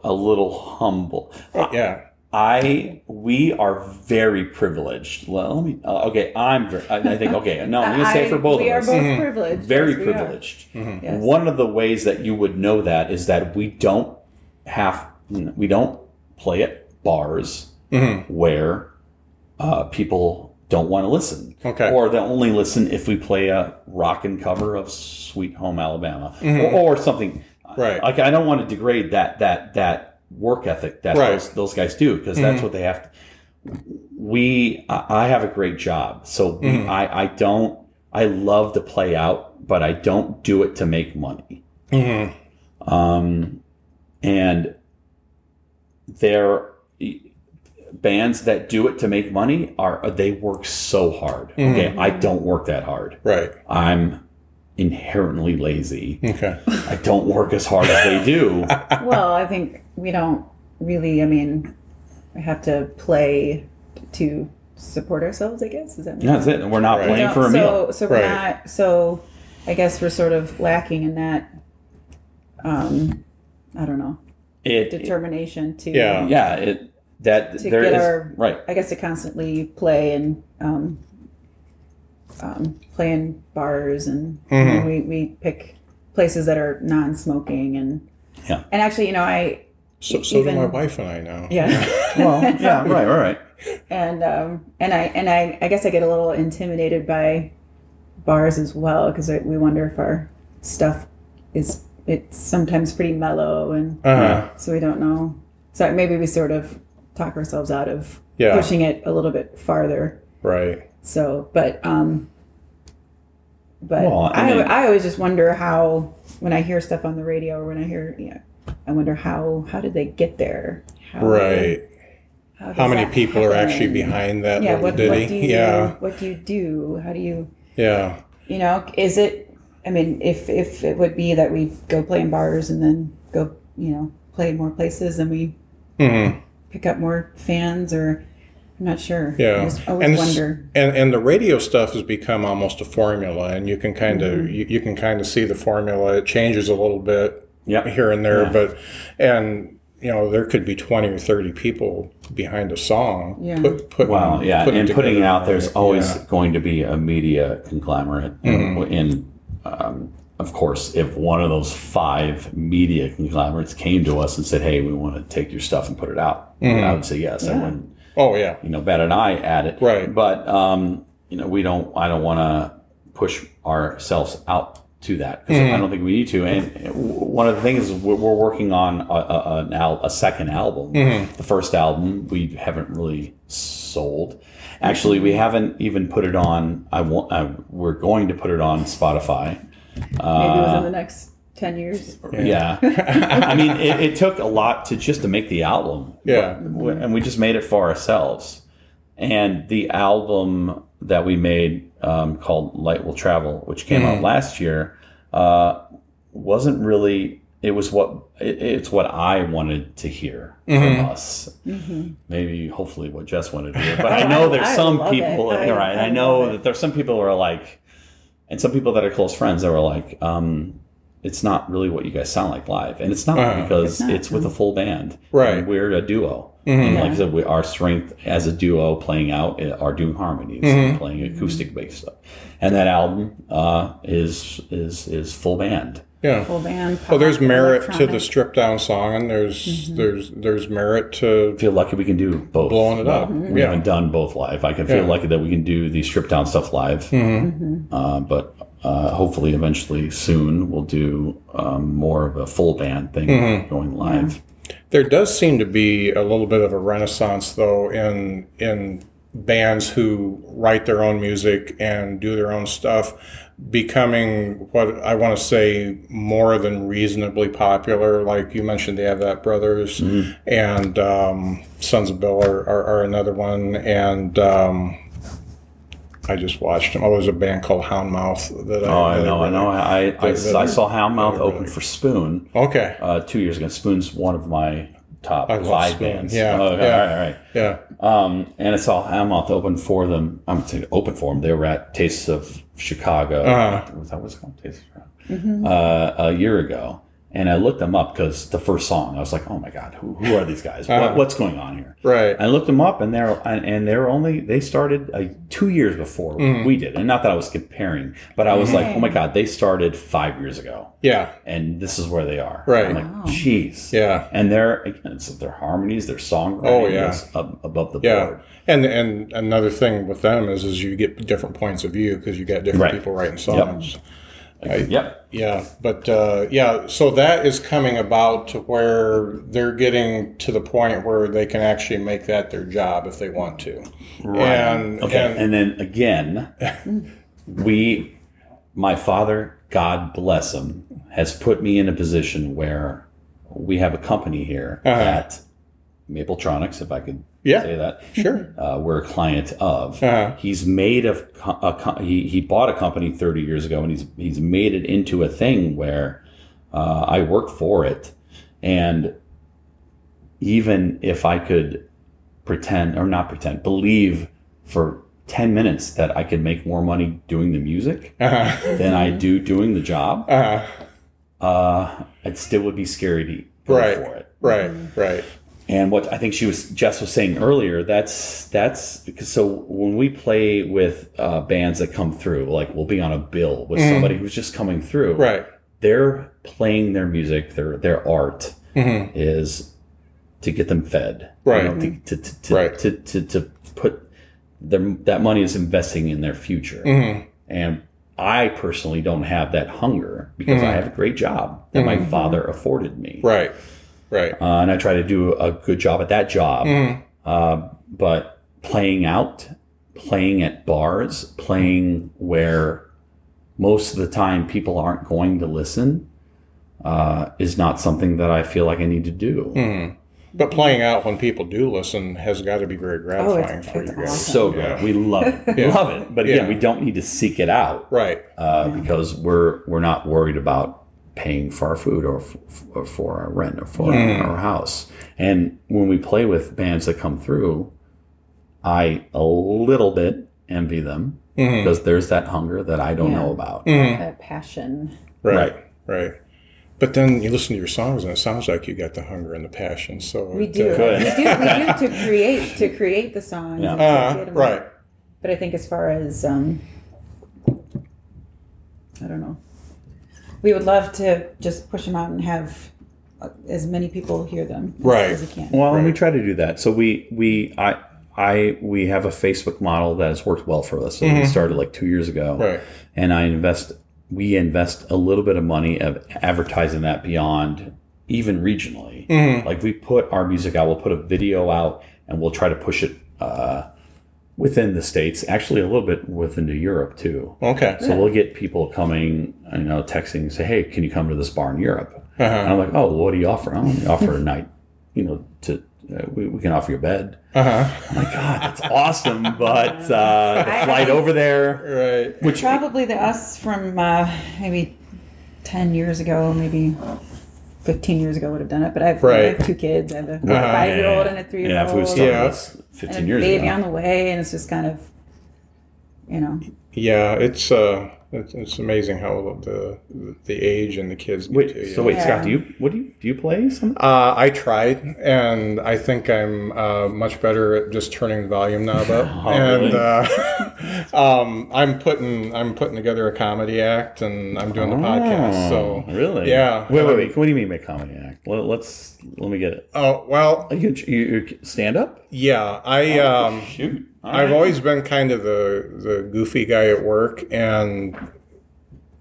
Speaker 4: a little humble.
Speaker 2: yeah.
Speaker 4: I we are very privileged. Let, let me. Uh, okay, I'm. Very, I, I think. Okay, no, I'm going to say
Speaker 3: I-
Speaker 4: Um, for both
Speaker 3: we
Speaker 4: of
Speaker 3: are
Speaker 4: us.
Speaker 3: both privileged.
Speaker 4: very
Speaker 3: Yes, we are.
Speaker 4: privileged. (laughs)
Speaker 2: Mm-hmm.
Speaker 3: Yes.
Speaker 4: One of the ways that you would know that is that we don't have we don't play at bars
Speaker 2: Mm-hmm.
Speaker 4: where uh, people don't want to listen,
Speaker 2: Okay.
Speaker 4: or they only listen if we play a rockin' cover of "Sweet Home Alabama" or, or something.
Speaker 2: Mm-hmm. Right.
Speaker 4: Like I don't want to degrade that that that work ethic that
Speaker 2: Right. Mm-hmm.
Speaker 4: those, those guys do because that's what they have to we I I have a great job, so we,
Speaker 2: Mm-hmm.
Speaker 4: I I don't I love to play out, but I don't do it to make money.
Speaker 2: Mhm.
Speaker 4: Um, and there e, bands that do it to make money are they work so hard.
Speaker 2: Mm-hmm.
Speaker 4: Okay, I don't work that hard.
Speaker 2: Right.
Speaker 4: I'm inherently lazy.
Speaker 2: Okay.
Speaker 4: I don't work as hard as they do.
Speaker 2: (laughs)
Speaker 3: well, I think we don't really. I mean, we have to play to support ourselves. I guess is that
Speaker 4: That's it. We're not
Speaker 2: Right.
Speaker 4: playing
Speaker 3: No,
Speaker 4: for
Speaker 3: so,
Speaker 4: a meal.
Speaker 3: So we're
Speaker 2: Right.
Speaker 3: not. So I guess we're sort of lacking in that. Um, I don't know
Speaker 4: It,
Speaker 3: determination to.
Speaker 2: Yeah.
Speaker 4: yeah, it that
Speaker 3: To
Speaker 4: there
Speaker 3: get
Speaker 4: is
Speaker 3: our-
Speaker 4: right.
Speaker 3: I guess to constantly play and um, um, play in bars and you know,
Speaker 4: Mm-hmm.
Speaker 3: we, we pick places that are non-smoking and
Speaker 4: Yeah.
Speaker 3: and actually you know I
Speaker 2: So, so
Speaker 3: Even-
Speaker 2: do my wife and I now.
Speaker 3: yeah
Speaker 4: well,
Speaker 3: (laughs)
Speaker 4: yeah, right, all right.
Speaker 3: and um, and I and I, I guess I get a little intimidated by bars as well because we wonder if our stuff is it's sometimes pretty mellow and
Speaker 2: Uh-huh.
Speaker 3: so we don't know so maybe we sort of talk ourselves out of
Speaker 2: Yeah.
Speaker 3: pushing it a little bit farther
Speaker 2: Right.
Speaker 3: So, but um, but
Speaker 4: Well, I
Speaker 3: I,
Speaker 4: mean-
Speaker 3: I always just wonder how when I hear stuff on the radio or when I hear you know, I wonder how how did they get there? How,
Speaker 2: Right.
Speaker 3: How,
Speaker 2: How
Speaker 3: does
Speaker 2: many
Speaker 3: that
Speaker 2: people are actually
Speaker 3: happen?
Speaker 2: behind that
Speaker 3: Yeah.
Speaker 2: little
Speaker 3: What, what
Speaker 2: ditty?
Speaker 3: do you?
Speaker 2: yeah.
Speaker 3: What do you do? How do you?
Speaker 2: Yeah.
Speaker 3: You know, is it? I mean, if if it would be that we go play in bars and then go, you know, play in more places and we
Speaker 2: Mhm.
Speaker 3: pick up more fans, or I'm not sure.
Speaker 2: Yeah.
Speaker 3: I just always
Speaker 2: and, s-
Speaker 3: wonder.
Speaker 2: and and the radio stuff has become almost a formula and you can kind of
Speaker 3: Mm-hmm.
Speaker 2: you, you can kind of see the formula it changes a little bit
Speaker 4: Yeah.
Speaker 2: here and there
Speaker 4: Yeah.
Speaker 2: but and you know there could be 20 or 30 people behind a song
Speaker 3: Yeah.
Speaker 2: put, put,
Speaker 4: Wow. Yeah. and putting it out there's always
Speaker 2: yeah.
Speaker 4: Mm-hmm. going to be a media conglomerate in um, of course, if one of those five media conglomerates came to us and said, "Hey, we want to take your stuff and put it out," I would say yes. I
Speaker 3: Yeah.
Speaker 4: wouldn't,
Speaker 2: Oh yeah.
Speaker 4: you know, bat an eye at it.
Speaker 2: Right.
Speaker 4: But um, you know, we don't. I don't want to push ourselves out to that because I don't think we need to. And w- one of the things is we're, we're working on a, a, an al- a second album. The first album we haven't really sold. Actually, we haven't even put it on. I want. I, we're going to put it on Spotify.
Speaker 3: Maybe within the next 10 years.
Speaker 4: Yeah. (laughs) I mean, it, it took a lot to just to make the album.
Speaker 2: Yeah.
Speaker 4: W- And we just made it for ourselves. And the album that we made um, called Light Will Travel, which came out last year, uh, wasn't really, it was what, it, it's what I wanted to hear from us.
Speaker 3: Mm-hmm.
Speaker 4: Maybe, hopefully, what Jess wanted to hear.
Speaker 3: (laughs)
Speaker 4: But I know there's
Speaker 3: I
Speaker 4: some
Speaker 3: love
Speaker 4: people,
Speaker 3: it. I-
Speaker 4: right? I,
Speaker 3: I
Speaker 4: know
Speaker 3: love it.
Speaker 4: that there's some people who are like, and some people that are close friends that were like, um, it's not really what you guys sound like live, and it's not
Speaker 2: Uh-huh.
Speaker 4: because it's,
Speaker 3: It's not.
Speaker 4: with a full band.
Speaker 2: Right. Mm-hmm.
Speaker 4: And we're a duo, and like I said, we, our strength as a duo playing out uh, are doing harmonies,
Speaker 2: Mm-hmm.
Speaker 4: and playing acoustic based stuff, and that album uh, is is is full band.
Speaker 2: Yeah.
Speaker 3: Full band.
Speaker 2: Well, there's
Speaker 3: pop,
Speaker 2: merit to the
Speaker 3: electronic.
Speaker 2: stripped down song, and there's
Speaker 3: Mm-hmm.
Speaker 2: there's there's merit to
Speaker 4: I feel lucky we can do both.
Speaker 2: blowing it up.
Speaker 4: We
Speaker 2: Yeah.
Speaker 4: haven't done both live. I can feel
Speaker 2: Yeah. Mm-hmm.
Speaker 4: lucky that we can do the stripped down stuff live. Uh, but uh, hopefully, eventually, soon, we'll do um, more of a full band thing
Speaker 2: Mm-hmm.
Speaker 4: going live.
Speaker 2: There does seem to be a little bit of a renaissance, though, in in bands who write their own music and do their own stuff becoming what I want to say more than reasonably popular. Like you mentioned, they have that Brothers
Speaker 4: Mm-hmm.
Speaker 2: and um, Sons of Bill are, are, are another one, and um, I just watched them. Oh, there's a band called Houndmouth that I,
Speaker 4: Oh, I
Speaker 2: that
Speaker 4: know, I know.
Speaker 2: really-
Speaker 4: I, I, I,
Speaker 2: They're
Speaker 4: I
Speaker 2: really-
Speaker 4: saw Houndmouth open for Spoon
Speaker 2: Okay,
Speaker 4: uh, two years ago. Spoon's one of my top
Speaker 2: love
Speaker 4: five
Speaker 2: Spoon.
Speaker 4: bands.
Speaker 2: Yeah, yeah.
Speaker 4: Oh, All right, all right.
Speaker 2: yeah,
Speaker 4: Um, and I saw Hammoth open for them. I'm saying open for them. They were at Tastes of Chicago.
Speaker 2: Uh-huh.
Speaker 4: Was that what's called Tastes of Chicago? Uh, a year ago, and I looked them up because the first song I was like, "Oh my God, who, who are these guys?
Speaker 2: Uh-huh.
Speaker 4: What, what's going on here?"
Speaker 2: right.
Speaker 4: I looked them up, and they're and and they're only they started uh, two years before
Speaker 2: Mm-hmm.
Speaker 4: we did, and not that I was comparing, but I was like, "Oh my God, they started five years ago,
Speaker 2: Yeah,
Speaker 4: and this is where they are."
Speaker 2: Right.
Speaker 4: I'm like, "Jeez."
Speaker 2: yeah.
Speaker 4: and their again, so their harmonies, their songwriting
Speaker 2: Oh, yeah.
Speaker 4: is ab- above the
Speaker 2: Yeah,
Speaker 4: board.
Speaker 2: and and another thing with them is is you get different points of view because you got different
Speaker 4: Right.
Speaker 2: people writing songs.
Speaker 4: Yep.
Speaker 2: Yeah, but uh, yeah, so that is coming about to where they're getting to the point where they can actually make that their job if they want to. Right. And,
Speaker 4: Okay.
Speaker 2: and-
Speaker 4: And, then again, we, my father, God bless him, has put me in a position where we have a company here at Mapletronics, if I could
Speaker 2: Uh-huh. Yeah.
Speaker 4: say that.
Speaker 2: sure.
Speaker 4: Uh, we're a client of.
Speaker 2: Uh-huh.
Speaker 4: He's made a, co- a co- he, he bought a company 30 years ago and he's he's made it into a thing where uh, I work for it and even if I could pretend or not pretend believe for 10 minutes that I could make more money doing the music
Speaker 2: Uh-huh.
Speaker 4: than I do doing the job
Speaker 2: Uh-huh.
Speaker 4: uh, it still would be scary to go
Speaker 2: Right.
Speaker 4: for it
Speaker 2: Right, right.
Speaker 4: and what I think she was Jess was saying earlier, that's that's because so when we play with uh, bands that come through, like we'll be on a bill with somebody who's just coming through,
Speaker 2: Mm-hmm. Right.
Speaker 4: They're playing their music, their their art
Speaker 2: Mhm.
Speaker 4: is to get them fed,
Speaker 2: Right.
Speaker 4: You know, to, to, to, to,
Speaker 2: Right.
Speaker 4: to, to to put their that money is investing in their future,
Speaker 2: Mhm.
Speaker 4: and I personally don't have that hunger because
Speaker 2: Mm-hmm.
Speaker 4: I have a great job that my father afforded me,
Speaker 2: Right. Right.
Speaker 4: uh, and I try to do a good job at that job.
Speaker 2: Mm.
Speaker 4: Uh, but playing out, playing at bars, playing where most of the time people aren't going to listen uh, is not something that I feel like I need to do.
Speaker 2: Mm. But playing out when people do listen has got to be very gratifying for
Speaker 3: Oh, it's
Speaker 2: you guys.
Speaker 3: awesome.
Speaker 4: So good. We love
Speaker 2: (laughs)
Speaker 4: it.
Speaker 2: Yeah.
Speaker 4: Love it. But again,
Speaker 2: Yeah.
Speaker 4: we don't need to seek it out
Speaker 2: Right.
Speaker 4: uh, because we're we're not worried about paying for our food or, f- or for our rent or for
Speaker 2: Hmm.
Speaker 4: our house. And when we play with bands that come through, I a little bit envy them
Speaker 2: Hmm.
Speaker 4: because there's that hunger that I don't
Speaker 3: Yeah.
Speaker 4: know about.
Speaker 3: That uh, passion.
Speaker 2: Right. Right. But then you listen to your songs and it sounds like you got the hunger and the passion. So
Speaker 3: We
Speaker 2: it,
Speaker 3: do.
Speaker 2: uh,
Speaker 4: Good.
Speaker 3: We do. We do to create to create the songs.
Speaker 4: Yeah.
Speaker 3: and to
Speaker 2: Uh,
Speaker 3: get 'em
Speaker 2: right.
Speaker 3: But I think as far as um, I don't know, we would love to just push them out and have uh, as many people hear them as-
Speaker 2: Right.
Speaker 3: as we can.
Speaker 4: Well, and we try to do that. So we we I I we have a Facebook model that has worked well for us. So we started like two years ago,
Speaker 2: Hmm. Right.
Speaker 4: and I invest we invest a little bit of money of advertising that beyond even regionally. Like we put our music out, we'll put a video out, and we'll try to push it. Uh, Within the states, actually a little bit within to Europe too.
Speaker 2: Okay.
Speaker 4: So we'll get people coming, you know, texting, say, "Hey, can you come to this bar in Europe?" And I'm like, "Oh, what do you offer?" I only offer a night, you know, to uh, we, we can offer you a bed.
Speaker 2: Uh-huh.
Speaker 4: I'm like, God, that's awesome, but uh, the
Speaker 3: I-
Speaker 4: flight
Speaker 3: I-
Speaker 4: over there,
Speaker 2: Right.
Speaker 4: which
Speaker 3: Probably the us from uh, maybe 10 years ago, maybe 15 years ago would have done it, but I've, I
Speaker 2: Right. Uh-huh.
Speaker 3: have two kids. I have a five year old and a three year
Speaker 4: yeah, if we
Speaker 3: old.
Speaker 4: started
Speaker 2: Yeah.
Speaker 4: this 15
Speaker 3: and a
Speaker 4: years
Speaker 3: baby
Speaker 4: ago,
Speaker 3: on the way, and it's just kind of, you know,
Speaker 2: Yeah, it's uh, it's, it's amazing how the the age and the kids. Get to
Speaker 4: wait,
Speaker 2: you.
Speaker 4: so wait,
Speaker 3: Yeah.
Speaker 4: Scott, do you what do you do you play something?
Speaker 2: Uh, I tried, and I think I'm uh, much better at just turning the volume knob
Speaker 4: (laughs)
Speaker 2: up.
Speaker 4: Oh,
Speaker 2: and uh, (laughs) um, I'm putting I'm putting together a comedy act, and I'm doing the podcast. So
Speaker 4: Oh, really,
Speaker 2: yeah.
Speaker 4: Wait, wait, wait. What do you mean by comedy act? Let, let's let me get it.
Speaker 2: Oh well,
Speaker 4: You, you, you stand up?
Speaker 2: yeah. I
Speaker 4: Oh.
Speaker 2: um,
Speaker 4: Shoot,
Speaker 2: I've always been kind of the the goofy guy at work, and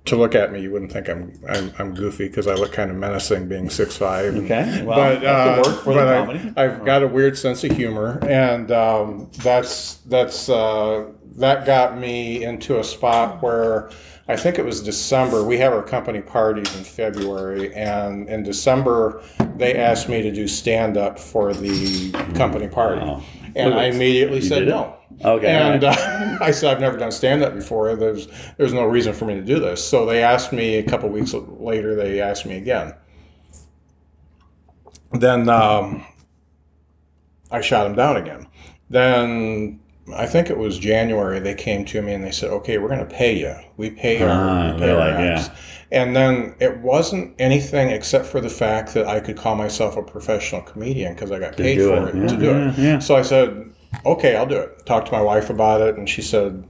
Speaker 2: to look at me, you wouldn't think I'm I'm, I'm goofy because I look kind of menacing, being six five.
Speaker 4: okay. Well,
Speaker 2: but
Speaker 4: that's
Speaker 2: uh,
Speaker 4: the word for the
Speaker 2: but
Speaker 4: comedy.
Speaker 2: I, I've got a weird sense of humor, and um, that's that's uh, that got me into a spot where I think it was December. We have our company parties in February, and in December they asked me to do stand up for the company party, and I immediately said
Speaker 4: Oh. did it?
Speaker 2: no.
Speaker 4: Okay,
Speaker 2: And
Speaker 4: all
Speaker 2: uh, (laughs) I said I've never done stand up before. There's there's no reason for me to do this. So they asked me a couple weeks later. They asked me again. Then um, I shot him down again. Then I think it was January. They came to me and they said, "Okay, we're going to pay you. We pay our,
Speaker 4: Ah,
Speaker 2: we pay
Speaker 4: they're
Speaker 2: our
Speaker 4: like,
Speaker 2: acts." And then it wasn't anything except for the fact that I could call myself a professional comedian because I got paid
Speaker 4: do
Speaker 2: for
Speaker 4: it.
Speaker 2: it,
Speaker 4: Yeah,
Speaker 2: to do it.
Speaker 4: yeah, yeah.
Speaker 2: So I said, "Okay, I'll do it." Talked to my wife about it, and she said,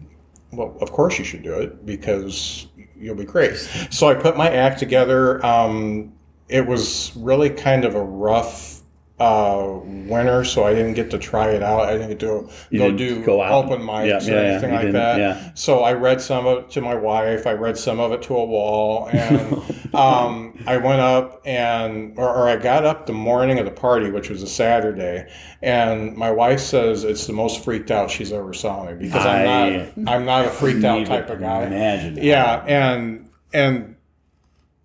Speaker 2: well, of course you should do it because you'll be great. So I put my act together. Um, it was really kind of a rough uh, winter, so I didn't get to try it out. I didn't get to
Speaker 4: You
Speaker 2: go
Speaker 4: didn't
Speaker 2: do
Speaker 4: go out
Speaker 2: open
Speaker 4: and-
Speaker 2: mics
Speaker 4: yeah,
Speaker 2: or
Speaker 4: yeah, yeah,
Speaker 2: anything
Speaker 4: you
Speaker 2: like
Speaker 4: didn't,
Speaker 2: that.
Speaker 4: yeah.
Speaker 2: So I read some of it to my wife. I read some of it to a wall,
Speaker 4: (laughs)
Speaker 2: and um, I went up and or, or I got up the morning of the party, which was a Saturday, and my wife says it's the most freaked out she's ever saw me because
Speaker 4: I-
Speaker 2: I'm not I'm not a freaked out type of guy.
Speaker 4: Imagine.
Speaker 2: Yeah, and and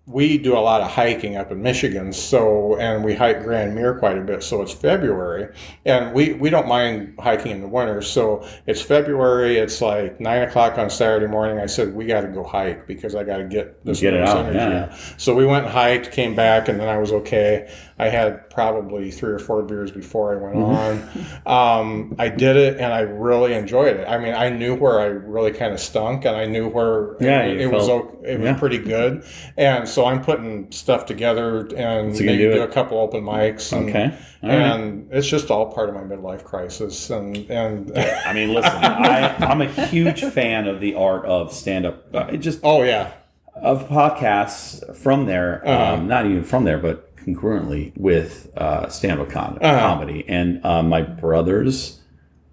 Speaker 2: we do a lot of hiking up in Michigan, so and we hike Grand Mere quite a bit. So it's February, and we we don't mind hiking in the winter. So it's February. It's like nine o'clock on Saturday morning. I said we got to go hike because I got to get this
Speaker 4: Get it
Speaker 2: winter's
Speaker 4: out, yeah.
Speaker 2: out. So we went and hiked, came back, and then I was okay. I had probably three or four beers before I went
Speaker 4: Mm-hmm.
Speaker 2: on. Um, I did it, and I really enjoyed it. I mean, I knew where I really kind of stunk, and I knew where
Speaker 4: Yeah,
Speaker 2: it,
Speaker 4: you
Speaker 2: was
Speaker 4: felt-
Speaker 2: o- it was
Speaker 4: yeah.
Speaker 2: pretty good. And so I'm putting stuff together and
Speaker 4: you
Speaker 2: maybe
Speaker 4: do
Speaker 2: do,
Speaker 4: it.
Speaker 2: a couple open mics. And,
Speaker 4: Okay. All right.
Speaker 2: and it's just all part of my midlife crisis, and and
Speaker 4: I mean, listen, I, I'm a huge fan of the art of stand up, uh, just
Speaker 2: oh yeah,
Speaker 4: of podcasts from there, um, not even from there, but congruently with uh, stand up com- comedy. And uh, my brothers,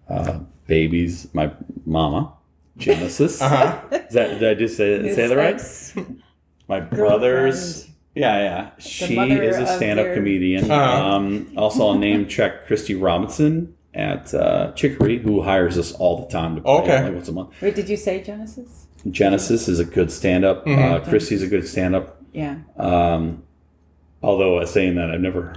Speaker 4: uh, babies, my mama, Genesis. Is that, did I just say, say that right?
Speaker 3: It's
Speaker 4: My brothers. Yeah, yeah. She
Speaker 3: mother
Speaker 4: is a
Speaker 3: of
Speaker 4: stand up
Speaker 3: their-
Speaker 4: comedian. Um, also, I'll name check Christy Robinson at uh, Chicory, who hires us all the time to play
Speaker 2: Okay.
Speaker 4: like once a month.
Speaker 3: like- Wait, did you say Genesis?
Speaker 4: Genesis is a good stand up. Uh, Christy's a good stand up.
Speaker 3: Yeah.
Speaker 2: Oh,
Speaker 4: Um, although, uh, saying that, I've never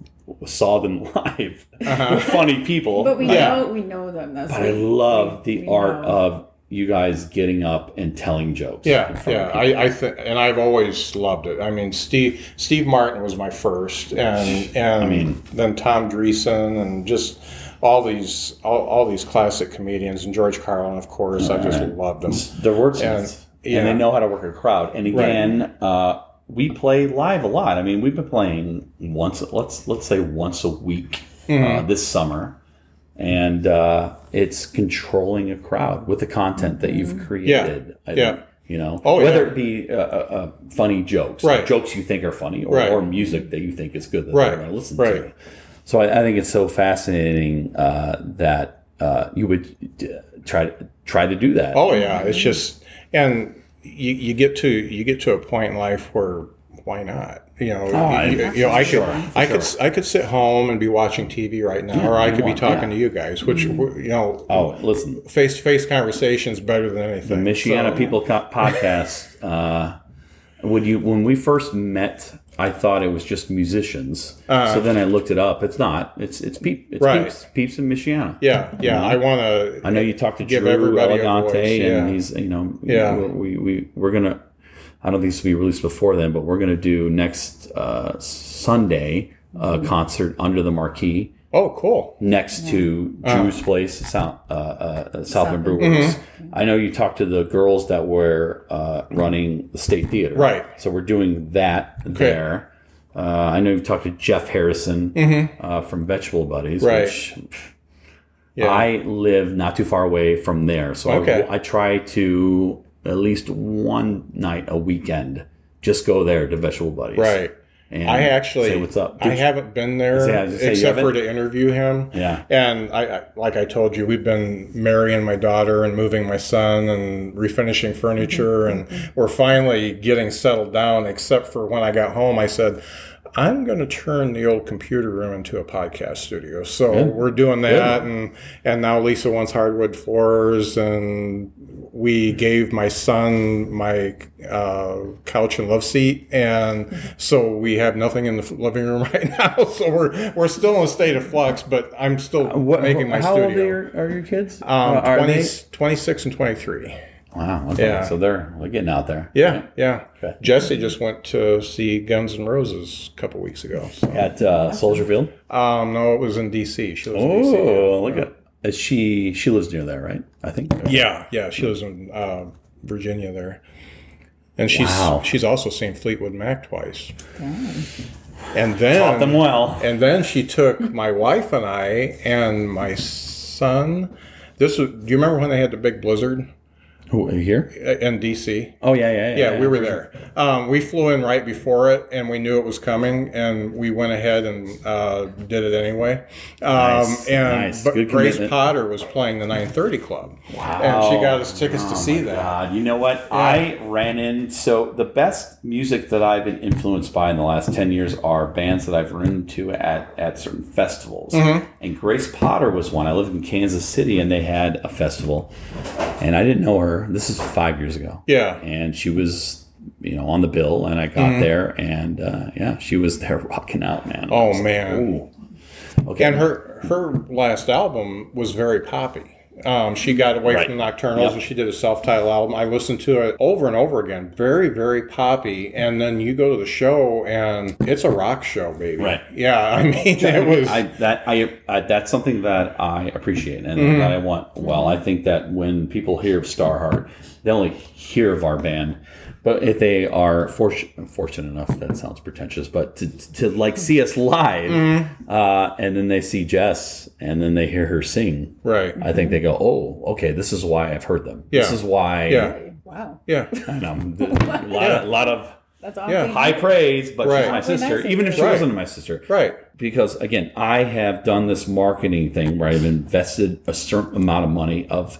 Speaker 4: (laughs) saw them (laughs) live. They're funny people.
Speaker 3: But we
Speaker 2: Yeah.
Speaker 3: know we know them. That's
Speaker 4: I
Speaker 3: we-
Speaker 4: love
Speaker 3: we-
Speaker 4: the
Speaker 3: we
Speaker 4: art
Speaker 3: know.
Speaker 4: of you guys getting up and telling jokes. in
Speaker 2: yeah,
Speaker 4: front of
Speaker 2: yeah. I, I think, and I've always loved it. I mean, Steve Steve Martin was my first, and and
Speaker 4: mean-
Speaker 2: then Tom Dreesen, and just all these all, all these classic comedians, and George Carlin, of course. I just loved them.
Speaker 4: They're
Speaker 2: And-
Speaker 4: wordsmiths, and,
Speaker 2: yeah.
Speaker 4: they know how to work a crowd. And again, uh, we play live a lot. I mean, we've been playing once. Let's let's say once a week
Speaker 2: Mm-hmm.
Speaker 4: uh, this summer, and uh, it's controlling a crowd with the content that you've created. I
Speaker 2: yeah.
Speaker 4: think You know,
Speaker 2: Oh, yeah.
Speaker 4: whether it be uh, uh, uh, funny jokes,
Speaker 2: Right.
Speaker 4: jokes you think are funny, or,
Speaker 2: Right.
Speaker 4: or music that you think is good that
Speaker 2: Right.
Speaker 4: they're going to listen
Speaker 2: Right.
Speaker 4: to. So I, I think it's so fascinating uh, that uh, you would d- try to try to do that.
Speaker 2: Oh yeah,
Speaker 4: Mm-hmm.
Speaker 2: it's just and you, you get to you get to a point in life where why not? You know,
Speaker 4: Oh, I-
Speaker 2: you, you know, I could I could
Speaker 4: sure.
Speaker 2: I could sit home and be watching TV right now, or I could be
Speaker 4: want- Mm-hmm.
Speaker 2: talking to you guys, which you know,
Speaker 4: Oh, listen,
Speaker 2: face to face conversations better than
Speaker 4: the
Speaker 2: anything.
Speaker 4: Michiana
Speaker 2: So-
Speaker 4: People Co-
Speaker 2: (laughs)
Speaker 4: podcast. Uh, would you when we first met? I thought it was just musicians. so then I looked it up. It's not. It's it's, peep, it's
Speaker 2: Uh-huh. Right.
Speaker 4: peeps peeps in Michiana.
Speaker 2: Yeah, yeah. I want to.
Speaker 4: Mm-hmm. I know you talked to
Speaker 2: Give
Speaker 4: Drew
Speaker 2: everybody a
Speaker 4: Elegante,
Speaker 2: voice, yeah.
Speaker 4: and he's you know
Speaker 2: Yeah.
Speaker 4: we we we're gonna. I don't think this will be released before then, but we're gonna do next uh, Sunday a concert under the marquee
Speaker 2: Oh, cool.
Speaker 4: next to Drew's
Speaker 2: Oh.
Speaker 4: place, South uh, uh, Southland Brewers.
Speaker 2: Mm-hmm.
Speaker 4: I know you talked to the girls that were uh, running the State Theater,
Speaker 2: Right.
Speaker 4: So we're doing that there. Uh, I know you talked to Jeff Harrison uh, from Vegetable Buddies,
Speaker 2: Mm-hmm. Right.
Speaker 4: which
Speaker 2: Yeah.
Speaker 4: I live not too far away from there, so I-
Speaker 2: Okay.
Speaker 4: I, try to at least one night a weekend just go there to Vegetable Buddies.
Speaker 2: right.
Speaker 4: And
Speaker 2: I actually.
Speaker 4: say what's up.
Speaker 2: I
Speaker 4: Did-
Speaker 2: haven't been
Speaker 4: Yeah, I
Speaker 2: there
Speaker 4: was gonna say, you
Speaker 2: except for
Speaker 4: haven't?
Speaker 2: to interview him.
Speaker 4: Yeah.
Speaker 2: And I, I, like I told you, we've been marrying my daughter and moving my son and refinishing furniture, and we're finally getting settled down. Except for when I got home, I said, "I'm going to turn the old computer room into a podcast studio." So we're doing that, and and now Lisa wants hardwood floors, and we gave my son my uh, couch and love seat, and so we have nothing in the living room (laughs) right now. So we're we're still in a state of flux, but I'm still
Speaker 4: Uh, What-
Speaker 2: making my
Speaker 4: how
Speaker 2: studio.
Speaker 4: old are your, are your kids?
Speaker 2: Um,
Speaker 4: Uh, are
Speaker 2: 20,
Speaker 4: they-
Speaker 2: 26 and 23.
Speaker 4: Wow. Okay.
Speaker 2: Yeah.
Speaker 4: So they're they're getting out there.
Speaker 2: Yeah, yeah.
Speaker 4: Okay.
Speaker 2: Jesse just went to see Guns N' Roses a couple weeks ago. So.
Speaker 4: At uh, Soldier Field.
Speaker 2: Um, no, it was in D.C. She lives in D.C.
Speaker 4: Oh, look at. Is she she lives near there, right? I think.
Speaker 2: Yeah, yeah. She lives in uh, Virginia there, and she's
Speaker 4: Wow.
Speaker 2: she's also seen Fleetwood Mac twice. And then
Speaker 4: Taught them well.
Speaker 2: And then she took my wife and I and my son. This was, do you remember when they had the big blizzard uh,
Speaker 4: Who are you here?
Speaker 2: in DC?
Speaker 4: Oh yeah yeah yeah.
Speaker 2: Yeah, we were there. Um, we flew in right before it, and we knew it was coming, and we went ahead and uh, did it anyway. Um,
Speaker 4: Nice,
Speaker 2: and
Speaker 4: nice.
Speaker 2: but
Speaker 4: Good
Speaker 2: Grace
Speaker 4: commitment.
Speaker 2: Potter was playing the 930 Club, wow. and she got us tickets to see that.
Speaker 4: Oh God, you know what? I ran in. So the best music that I've been influenced by in the last ten years are bands that I've run into at at certain festivals.
Speaker 2: Mm-hmm.
Speaker 4: And Grace Potter was one. I lived in Kansas City, and they had a festival, and I didn't know her. This is five years ago.
Speaker 2: Yeah, Mm-hmm.
Speaker 4: and she was you know on the bill and i got there and uh, yeah she was there (laughs) rocking out man I
Speaker 2: Oh,
Speaker 4: was like,
Speaker 2: man.
Speaker 4: "Ooh." okay
Speaker 2: and her her last album was very poppy. Um, she got away
Speaker 4: Right.
Speaker 2: from the Nocturnals
Speaker 4: Yep.
Speaker 2: and she did a self-titled album. I listened to it over and over again, very very poppy. And then you go to the show and it's a rock show, baby.
Speaker 4: Right.
Speaker 2: Yeah, (laughs) I mean it was.
Speaker 4: I, that I, I that's something that I appreciate and
Speaker 2: Mm-hmm.
Speaker 4: that I want. Well, I think that when people hear of Starheart, they only hear of our band, but if they are fortunate fortunate enough, that sounds pretentious, but to, to like see us live,
Speaker 2: Mm-hmm.
Speaker 4: uh, and then they see Jess, and then they hear her sing,
Speaker 2: right.
Speaker 4: I think they go, oh, okay, this is why I've heard them. This
Speaker 2: Yeah.
Speaker 4: is why
Speaker 2: Yeah.
Speaker 3: Wow,
Speaker 2: Yeah.
Speaker 4: And um, a lot, of, lot of
Speaker 3: that's awesome.
Speaker 2: Yeah.
Speaker 4: high praise, but
Speaker 2: Right.
Speaker 4: she's my
Speaker 2: Probably
Speaker 3: my
Speaker 4: sister,
Speaker 3: sister.
Speaker 4: even if she
Speaker 2: Right.
Speaker 4: wasn't my sister.
Speaker 2: Right.
Speaker 4: Because again, I have done this marketing thing where I've invested a certain amount of money of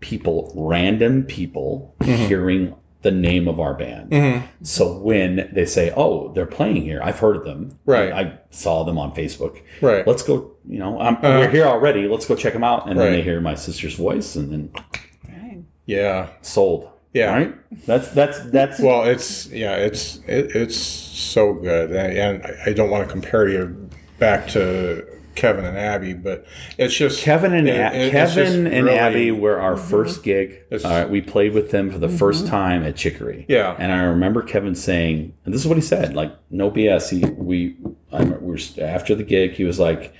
Speaker 4: people, random people,
Speaker 2: Mm-hmm.
Speaker 4: hearing the name of our band. So when they say, "Oh, they're playing here," I've heard of them.
Speaker 2: Right.
Speaker 4: I saw them on Facebook.
Speaker 2: Right. Uh-huh.
Speaker 4: Let's go. You know, I'm, we're here already. Let's go check them out. And then
Speaker 2: Right.
Speaker 4: they hear my sister's voice, and then
Speaker 3: Dang.
Speaker 2: Yeah.
Speaker 4: sold.
Speaker 2: Yeah.
Speaker 4: Right. That's that's that's
Speaker 2: Well, it's yeah, it's it, it's so good, and, and I- I don't want to compare you back to Kevin and Abby, but it's just
Speaker 4: Kevin and
Speaker 2: it-
Speaker 4: Ab-
Speaker 2: it- it's just
Speaker 4: Kevin and
Speaker 2: really-
Speaker 4: Abby were our first gig.
Speaker 2: It's-
Speaker 4: Uh, we played with them for the first time at Chicory.
Speaker 2: Yeah.
Speaker 4: and I remember Kevin saying, and this is what he said, like no BS. He we I remember, we were, after the gig, he was like,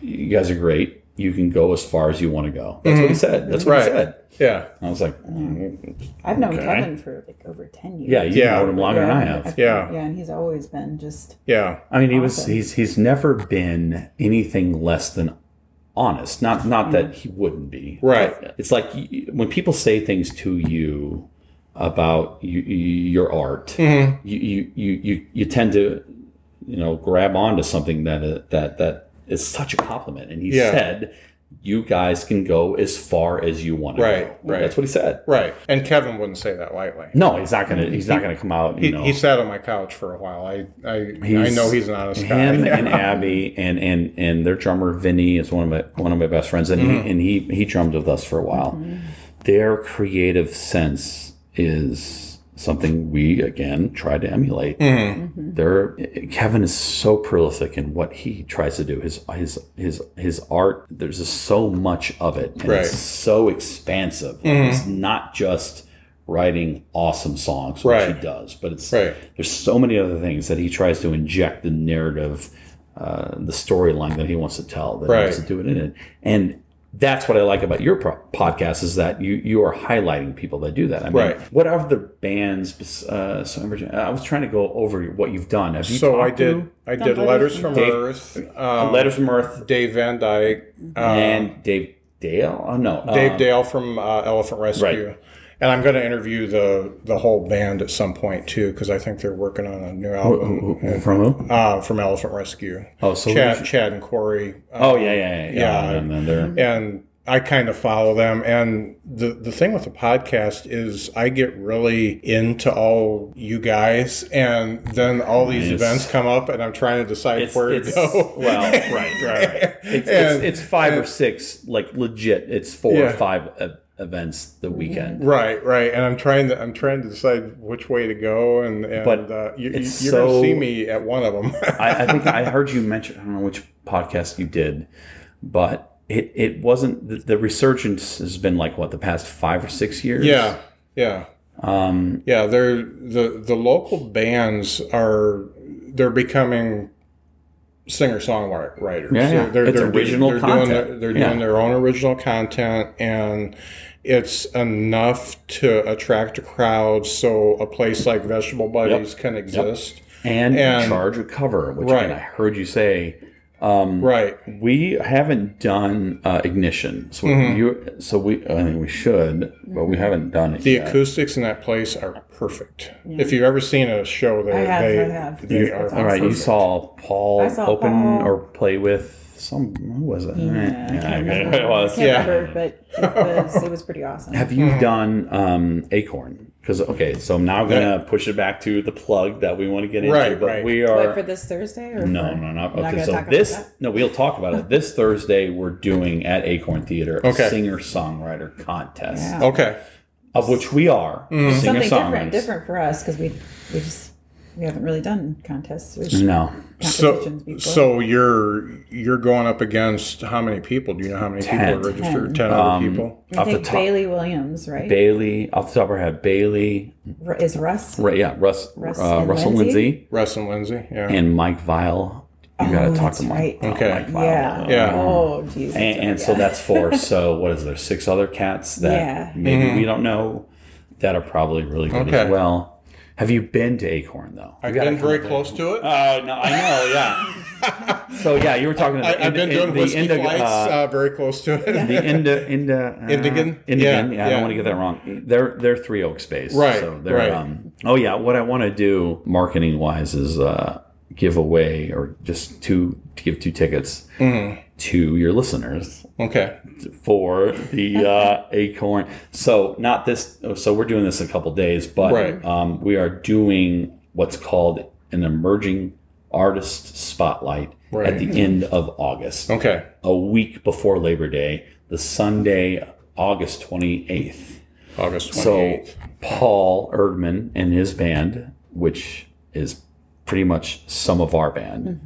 Speaker 4: "You guys are great. You can go as far as you want to go." That's what he said. That's what he
Speaker 2: Mm-hmm. Right.
Speaker 4: said.
Speaker 2: Yeah,
Speaker 4: And I was like, mm,
Speaker 3: I've known
Speaker 4: Okay.
Speaker 3: Kevin for like over ten years.
Speaker 4: "Yeah, you
Speaker 2: Yeah.
Speaker 4: know him longer than I have."
Speaker 2: Yeah.
Speaker 3: yeah, and he's always been just
Speaker 2: yeah,
Speaker 4: I mean, he was
Speaker 3: Awesome.
Speaker 4: he's he's never been anything less than honest.
Speaker 2: Mm-hmm.
Speaker 4: Not not that he wouldn't be.
Speaker 2: right,
Speaker 4: it's like y- when people say things to you about you, you, your art,
Speaker 2: Mhm.
Speaker 4: you, you you you you tend to you know grab onto something that uh, that that is such a compliment. And he
Speaker 2: Yeah.
Speaker 4: said, "You guys can go as far as you want to
Speaker 2: Right,
Speaker 4: go."
Speaker 2: right.
Speaker 4: That's what he said.
Speaker 2: Right. And Kevin wouldn't say that lightly.
Speaker 4: No, he's not gonna. He's not gonna come out. You
Speaker 2: Mm-hmm. He,
Speaker 4: know,
Speaker 2: he sat on my couch for a while. I I, I
Speaker 4: He's-
Speaker 2: know he's an honest guy.
Speaker 4: him
Speaker 2: (laughs)
Speaker 4: and Abby and and and their drummer Vinny is one of my one of my best friends, and
Speaker 2: Mm-hmm.
Speaker 4: he, and he he drummed with us for a while. Their creative sense is something we again try to emulate.
Speaker 2: Mm-hmm.
Speaker 4: There, Kevin is so prolific in what he tries to do. His his his his art. There's just so much of it, and
Speaker 2: Right. Mm-hmm.
Speaker 4: it's so expansive. It's not just writing awesome songs, which
Speaker 2: Right.
Speaker 4: he does, but it's
Speaker 2: Right.
Speaker 4: there's so many other things that he tries to inject the narrative, uh, the storyline that he wants to tell, that he wants to
Speaker 2: Right.
Speaker 4: do it in it. And that's what I like about your pro- podcast is that you you are highlighting people that do that. I mean,
Speaker 2: Right.
Speaker 4: What are the bands? bes- Uh, so I'm- I was trying to go over what you've done. Have you
Speaker 2: so I
Speaker 4: talked to
Speaker 2: did I did letters from
Speaker 4: Dave-
Speaker 2: Earth. Um,
Speaker 4: Letters from Earth
Speaker 2: Dave Van Dyke. Um,
Speaker 4: and Dave Dale? Oh no,
Speaker 2: Dave
Speaker 4: um,
Speaker 2: Dale from uh, Elephant Rescue. And I'm going to interview the the whole band at some point too, because I think they're working on a new album
Speaker 4: from Oh, who?
Speaker 2: uh, from Elephant Rescue.
Speaker 4: Oh, so we
Speaker 2: Chad,
Speaker 4: should-
Speaker 2: Chad and Corey. Uh,
Speaker 4: oh yeah, yeah, yeah, yeah.
Speaker 2: Yeah.
Speaker 4: And then they're
Speaker 2: And I kind of follow them. And the the thing with the podcast is I get really into all you guys, and then all these
Speaker 4: It's-
Speaker 2: events come up, and I'm trying to decide
Speaker 4: it's,
Speaker 2: where
Speaker 4: it's
Speaker 2: to go.
Speaker 4: (laughs) well, right, right, right. It's, it's,
Speaker 2: And-
Speaker 4: it's five or six, like legit. It's four
Speaker 2: Yeah.
Speaker 4: or five e- events the
Speaker 2: (laughs)
Speaker 4: weekend.
Speaker 2: Right, right, and I'm trying to I'm trying to decide which way to go, and, and
Speaker 4: But
Speaker 2: uh, you, you- you're
Speaker 4: it's
Speaker 2: gonna
Speaker 4: so-
Speaker 2: see me at one (laughs) of them.
Speaker 4: I, I think I heard you mention. I don't know which podcast you did, but it it wasn't the, the resurgence has been like what the past five or six years.
Speaker 2: yeah, yeah,
Speaker 4: Um.
Speaker 2: yeah. They're the the local bands are they're becoming singer songwriter writers.
Speaker 4: Yeah, yeah. It's
Speaker 2: do-
Speaker 4: original
Speaker 2: they're Doing
Speaker 4: content.
Speaker 2: their, they're
Speaker 4: Yeah.
Speaker 2: doing their own original content, and it's enough to attract a crowd. So a place like Vegetable Buddies can exist.
Speaker 4: And,
Speaker 2: And-
Speaker 4: charge a cover, which
Speaker 2: Right.
Speaker 4: I heard you say. Um,
Speaker 2: Right.
Speaker 4: We haven't done uh, ignition, so
Speaker 2: Mm-hmm.
Speaker 4: you. So we. I think we should, but we haven't done it.
Speaker 2: The
Speaker 4: yet.
Speaker 2: acoustics in that place are perfect. If you've ever seen a show there,
Speaker 3: I have,
Speaker 2: they,
Speaker 3: I have.
Speaker 2: they
Speaker 3: You-
Speaker 2: are
Speaker 4: All right, you saw Paul
Speaker 3: I saw
Speaker 4: open
Speaker 3: Paul.
Speaker 4: or play with some. Who was it?
Speaker 3: Yeah, I can't
Speaker 4: okay.
Speaker 3: remember.
Speaker 4: It was.
Speaker 3: I can't
Speaker 2: Yeah.
Speaker 3: remember, but it was, it was pretty awesome.
Speaker 4: Have you done um, Acorn? Because okay, so I'm now gonna push it back to the plug that we want to get into.
Speaker 2: Right,
Speaker 4: but
Speaker 2: right.
Speaker 4: we
Speaker 3: What, for
Speaker 4: are
Speaker 3: this Thursday? Or for-
Speaker 4: no, no,
Speaker 3: We're
Speaker 4: no.
Speaker 3: not
Speaker 4: Okay,
Speaker 3: gonna talk
Speaker 4: so
Speaker 3: about
Speaker 4: this
Speaker 3: that?
Speaker 4: no, we'll talk about it. This Thursday we're doing at Acorn Theater a
Speaker 2: Okay.
Speaker 4: singer songwriter contest,
Speaker 3: Yeah.
Speaker 2: Okay.
Speaker 4: of which we are
Speaker 2: Mm-hmm.
Speaker 3: something
Speaker 4: singer songwriters.
Speaker 3: different, different for us because we we just we haven't really done contests or
Speaker 4: No,
Speaker 2: So,
Speaker 3: competitions before.
Speaker 2: so you're you're going up against how many people? Do you know how many
Speaker 4: Ten. Um,
Speaker 2: people are registered? Ten,
Speaker 3: Ten.
Speaker 2: other people.
Speaker 3: I
Speaker 4: off the
Speaker 3: think
Speaker 4: top-
Speaker 3: Bailey Williams, right?
Speaker 4: Bailey off the top of our head, Bailey,
Speaker 3: Ru- is Russ?
Speaker 4: right? Yeah, Russ,
Speaker 3: Russ
Speaker 4: uh,
Speaker 3: and
Speaker 4: Russell
Speaker 3: Lindsay?
Speaker 4: Lindsay.
Speaker 2: Russ and Lindsay. Yeah.
Speaker 4: and Mike Vile. You got to
Speaker 3: Oh,
Speaker 4: talk
Speaker 3: that's
Speaker 4: to Mike.
Speaker 3: right.
Speaker 4: about
Speaker 2: Okay.
Speaker 4: Mike Vile.
Speaker 3: Yeah.
Speaker 2: Yeah.
Speaker 3: Oh, Jesus.
Speaker 4: And, and so that's
Speaker 3: (laughs)
Speaker 4: four. So what is there? Six other cats that
Speaker 3: Yeah.
Speaker 4: maybe we don't know that are probably really good
Speaker 2: Mm-hmm. Okay.
Speaker 4: as well. Have you been to Acorn though?
Speaker 2: I've been very close to it.
Speaker 4: Oh no, I know. Yeah. so yeah, you were talking.
Speaker 2: I,
Speaker 4: about
Speaker 2: I've been doing whiskey flights.
Speaker 4: uh,
Speaker 2: Uh, very close to it.
Speaker 4: the Inda, Inda, uh,
Speaker 2: Indigan? Yeah,
Speaker 4: Indigan. Yeah, I
Speaker 2: yeah.
Speaker 4: don't want to get that wrong. They're they're Three Oak Space,
Speaker 2: Right,
Speaker 4: So they're,
Speaker 2: right.
Speaker 4: Um, oh yeah, what I want to do marketing wise is uh, give away or just two to give two tickets
Speaker 2: Mm-hmm.
Speaker 4: to your listeners
Speaker 2: (laughs) Okay. (laughs)
Speaker 4: for the uh, Acorn. So not this. So we're doing this in a couple days, but
Speaker 2: Right.
Speaker 4: um, we are doing what's called an emerging artist spotlight
Speaker 2: Right.
Speaker 4: at the end of August
Speaker 2: Okay.
Speaker 4: a week before Labor Day, the Sunday, August 28th.
Speaker 2: August
Speaker 4: So
Speaker 2: twenty eighth.
Speaker 4: Paul Erdman and his band, which is pretty much some of our band,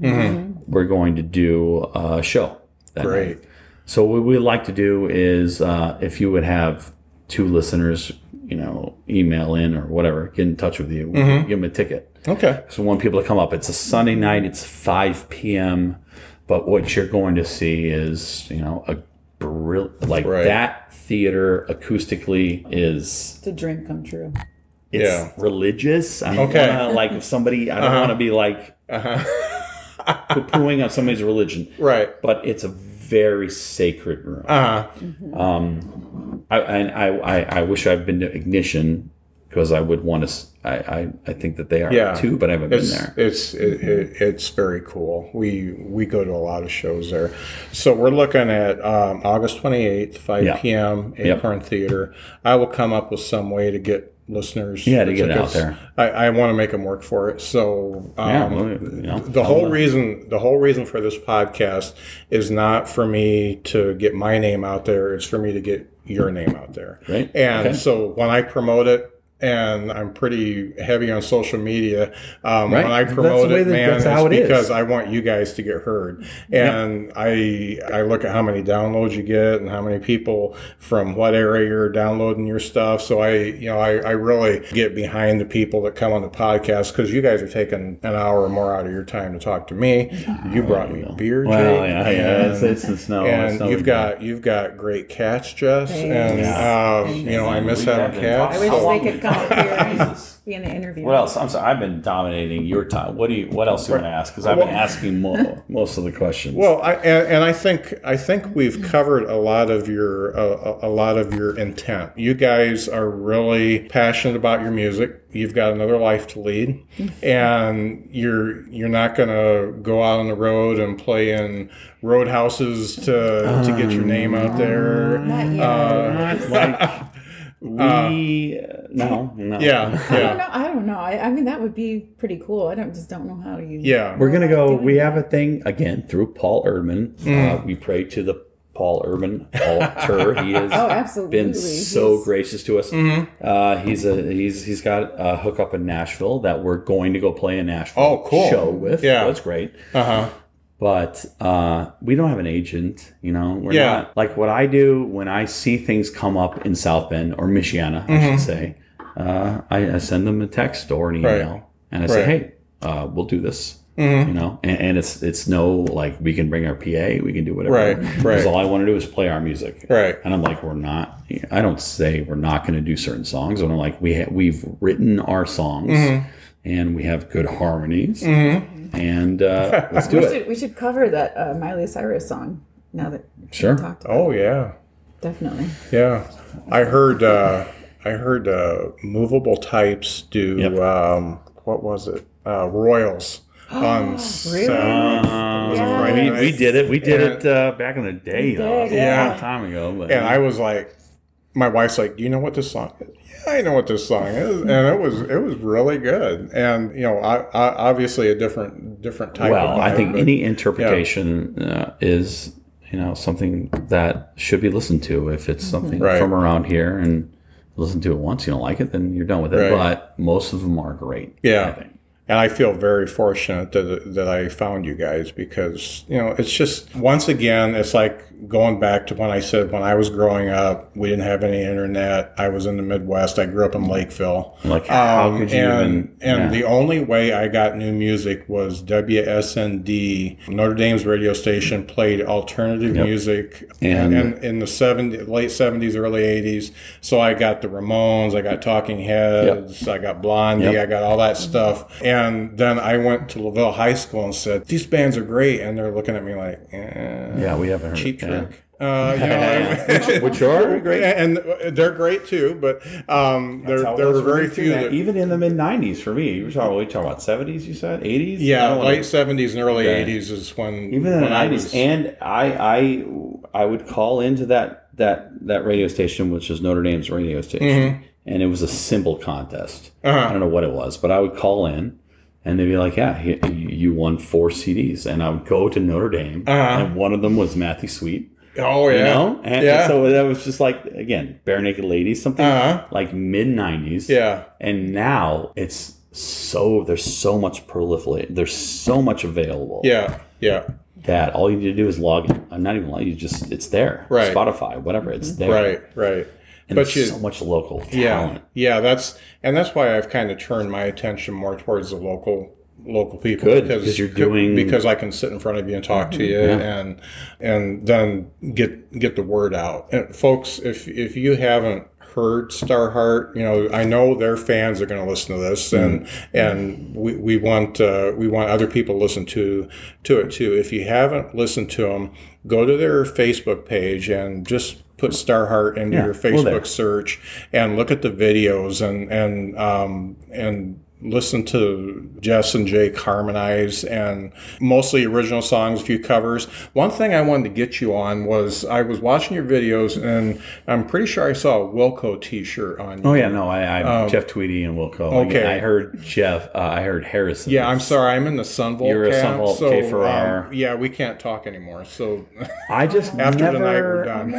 Speaker 4: we're going to do a show. that night.
Speaker 2: Mm-hmm. Great.
Speaker 4: So what we like to do is, uh, if you would have two listeners, you know, email in or whatever, get in touch with you,
Speaker 2: Mm-hmm.
Speaker 4: give them a ticket.
Speaker 2: Okay.
Speaker 4: So when people come up, it's a Sunday night. It's 5 p.m. But what you're going to see is, you know, a brill- like
Speaker 2: Right.
Speaker 4: that theater acoustically is
Speaker 3: It's a dream come true.
Speaker 4: it's
Speaker 2: Yeah.
Speaker 4: religious. I don't
Speaker 2: Okay. Uh-huh.
Speaker 4: wanna, like if somebody I don't want to be like
Speaker 2: (laughs)
Speaker 4: poo-pooing on somebody's religion,
Speaker 2: Right.
Speaker 4: but it's a very sacred room. Mm-hmm.
Speaker 2: Uh huh.
Speaker 4: Um, I, and I, I I wish I've been to Ignition because I would want to. I, I I think that they are
Speaker 2: Yeah.
Speaker 4: too, but I haven't
Speaker 2: It's
Speaker 4: been there.
Speaker 2: it's it, it, it's very cool. We we go to a lot of shows there, so we're looking at um, August twenty eighth, five
Speaker 4: Yeah.
Speaker 2: p.m.
Speaker 4: Yep.
Speaker 2: Acorn Theater. I will come up with some way to get listeners.
Speaker 4: Yeah, to get it out
Speaker 2: tickets.
Speaker 4: there.
Speaker 2: I, I want to make them work for it. So um,
Speaker 4: Yeah, well, you know,
Speaker 2: the whole reason the whole reason for this podcast is not for me to get my name out there. It's for me to get your name out there.
Speaker 4: Right.
Speaker 2: And
Speaker 4: Okay.
Speaker 2: so when I promote it, and I'm pretty heavy on social media. Um,
Speaker 4: Right.
Speaker 2: When I
Speaker 4: That's
Speaker 2: promote
Speaker 5: the way
Speaker 2: it,
Speaker 5: that-
Speaker 2: man,
Speaker 5: that's how
Speaker 2: it's
Speaker 5: it is.
Speaker 2: because I want you guys to get heard. And I I look at how many downloads you get and how many people from what area are downloading your stuff. So I you know I, I really get behind the people that come on the podcast because you guys are taking an hour or more out of your time to talk to me. You brought me beer,
Speaker 4: Oh, Well,
Speaker 2: Jake,
Speaker 4: yeah, yeah, it's, it's, it's no, it's
Speaker 2: and
Speaker 4: no
Speaker 2: you've got you've got great cats, Jess, and
Speaker 4: Yeah.
Speaker 2: um, you know I miss
Speaker 4: We
Speaker 2: having
Speaker 3: I
Speaker 4: haven't
Speaker 2: cats.
Speaker 4: talked
Speaker 3: wish
Speaker 4: How long-
Speaker 3: they could come up here
Speaker 2: (laughs)
Speaker 3: and be in the interview.
Speaker 4: What else? I'm sorry, I've been dominating your time. What do you? What else do you want to ask? Because I've been asking mo- most of the questions.
Speaker 2: Well, I, and, and I think I think we've covered a lot of your uh, a a lot of your intent. You guys are really passionate about your music. You've got another life to lead, and you're you're not going to go out on the road and play in roadhouses to to get your name out there.
Speaker 3: Um,
Speaker 6: Not yet.
Speaker 2: Uh,
Speaker 4: like we uh, no, no,
Speaker 2: yeah,
Speaker 3: I don't
Speaker 2: yeah,
Speaker 3: (laughs) know. I don't know. I, I mean, that would be pretty cool. I don't just don't know how you.
Speaker 2: yeah.
Speaker 4: We're gonna go. We have a thing again through Paul Erdman.
Speaker 2: Mm.
Speaker 4: Uh, we pray to the Paul Erdman altar.
Speaker 2: (laughs)
Speaker 4: He has
Speaker 3: Oh, absolutely.
Speaker 4: been so
Speaker 3: He's-
Speaker 4: gracious to us.
Speaker 2: Mm-hmm.
Speaker 4: Uh, he's a he's he's got a hookup in Nashville that we're going to go play in Nashville.
Speaker 2: Oh, cool.
Speaker 4: Show with
Speaker 2: Yeah.
Speaker 4: that's great.
Speaker 2: Uh huh.
Speaker 4: But uh, we don't have an agent, you know. We're
Speaker 2: Yeah.
Speaker 4: not like what I do when I see things come up in South Bend or Michiana,
Speaker 2: Mm-hmm.
Speaker 4: I should say. Uh, I, I send them a text or an
Speaker 2: Right.
Speaker 4: email, and I say,
Speaker 2: Right.
Speaker 4: "Hey, uh, we'll do this." You know, and, and it's it's no like we can bring our PA, we can do whatever.
Speaker 2: Right, right.
Speaker 4: Because all I want to do is play our music.
Speaker 2: Right.
Speaker 4: And I'm like, we're not. I don't say we're not going to do certain songs. But I'm like, we ha- we've written our songs,
Speaker 2: Mm-hmm.
Speaker 4: and we have good harmonies, and uh,
Speaker 2: (laughs)
Speaker 4: let's do
Speaker 3: We
Speaker 4: it.
Speaker 3: should, we should cover that uh, Miley Cyrus song now that
Speaker 4: Sure.
Speaker 3: we talked about.
Speaker 2: Oh yeah.
Speaker 3: Definitely.
Speaker 2: Yeah, I heard. Uh, I heard uh, movable types do.
Speaker 4: Yep.
Speaker 2: Um, what was it? Uh, Royals on Saturday.
Speaker 4: Um,
Speaker 3: Yeah.
Speaker 4: we, we did it. We did
Speaker 2: Yeah.
Speaker 4: it uh, back in the day, though.
Speaker 3: did,
Speaker 4: a
Speaker 2: yeah.
Speaker 4: long time ago. But
Speaker 2: and I was like, my wife's like, "Do you know what this song?" is? Yeah, I know what this song is, and it was it was really good. And you know, I, I obviously a different different type.
Speaker 4: well,
Speaker 2: of
Speaker 4: I think
Speaker 2: vibe,
Speaker 4: any interpretation uh, is you know something that should be listened to if it's something
Speaker 2: Mm-hmm. Right.
Speaker 4: from around here and listen to it once you don't like it then you're done with it
Speaker 2: Right.
Speaker 4: but most of them are great
Speaker 2: Yeah.
Speaker 4: I think.
Speaker 2: And I feel very fortunate that, that I found you guys because, you know, it's just, once again, it's like going back to when I said when I was growing up, we didn't have any internet. I was in the Midwest. I grew up in Lakeville. Um,
Speaker 4: like how could you
Speaker 2: and
Speaker 4: even
Speaker 2: and
Speaker 4: yeah.
Speaker 2: the only way I got new music was WSND, Notre Dame's radio station, played alternative
Speaker 4: Yep.
Speaker 2: music,
Speaker 4: And-
Speaker 2: and, in the 70, late seventies, early eighties. So I got the Ramones, I got Talking Heads, I got Blondie,
Speaker 4: Yep.
Speaker 2: I got all that
Speaker 4: Mm-hmm.
Speaker 2: stuff. And then I went to Lavelle High School and said, "These bands are great," and they're looking at me like, eh,
Speaker 4: yeah we haven't heard
Speaker 2: cheap
Speaker 4: yeah.
Speaker 2: trick." Uh, you
Speaker 4: (laughs)
Speaker 2: know, I-
Speaker 4: which
Speaker 2: (laughs)
Speaker 4: are great
Speaker 2: And they're great too, but um, there,
Speaker 4: That's how it
Speaker 2: there
Speaker 4: was
Speaker 2: were
Speaker 4: for me,
Speaker 2: very
Speaker 4: too,
Speaker 2: few
Speaker 4: man.
Speaker 2: that
Speaker 4: even in the mid '90s for me. You were talking, we talking about '70s, you said '80s. I
Speaker 2: Yeah,
Speaker 4: don't wanna-
Speaker 2: late seventies and early
Speaker 4: Okay.
Speaker 2: eighties is when
Speaker 4: even in the
Speaker 2: when I
Speaker 4: '90s.
Speaker 2: was-
Speaker 4: And I, I, I would call into that that that radio station, which is Notre Dame's radio station,
Speaker 2: Mm-hmm.
Speaker 4: and it was a symbol contest.
Speaker 2: Uh-huh.
Speaker 4: I don't know what it was, but I would call in. And they'd be like, "Yeah, he- you won four CDs," and I would go to Notre Dame, and one of them was Matthew Sweet.
Speaker 2: oh Uh-huh. yeah,
Speaker 4: You know, and
Speaker 2: yeah,
Speaker 4: so that was just like again, bare naked ladies, something
Speaker 2: Uh-huh.
Speaker 4: like mid '90s.
Speaker 2: yeah,
Speaker 4: and now it's so there's so much proliferate there's so much available
Speaker 2: yeah, yeah,
Speaker 4: that all you need to do is log in i'm not even like you just it's there
Speaker 2: Right. Mm-hmm.
Speaker 4: spotify whatever it's there
Speaker 2: right, right. but
Speaker 4: and there's
Speaker 2: you-
Speaker 4: so much local
Speaker 2: Yeah,
Speaker 4: talent
Speaker 2: yeah. That's and that's why I've kind of turned my attention more towards the local local people
Speaker 4: Good, 'cause you're doing- Mm-hmm,
Speaker 2: because I can sit in front of you and talk to you and and then get get the word out. And folks, if if you haven't heard Starheart, you know I know their fans are going to listen to this, and
Speaker 4: Mm-hmm,
Speaker 2: and we, we want uh, we want other people to listen to to it too. If you haven't listened to them, go to their Facebook page and just put Starheart into
Speaker 4: Yeah,
Speaker 2: your
Speaker 4: well, there.
Speaker 2: Facebook search and look at the videos and and um, and listen to Jess and Jake harmonize and mostly original songs, a few covers. One thing I wanted to get you on was I was watching your videos and I'm pretty sure I saw a Wilco T-shirt on you.
Speaker 4: Oh yeah, no, I, I Jeff Tweedy and Wilco.
Speaker 2: Um, okay.
Speaker 4: I heard Jeff. Uh, I heard Harrison.
Speaker 2: Yeah, I'm sorry. I'm in the Sunvolt
Speaker 4: You're a
Speaker 2: camp,
Speaker 4: Sunvolt
Speaker 2: so,
Speaker 4: K Farrar.
Speaker 2: um, yeah, we can't talk anymore. So (laughs)
Speaker 4: I just
Speaker 2: after
Speaker 4: never,
Speaker 2: tonight, we're done.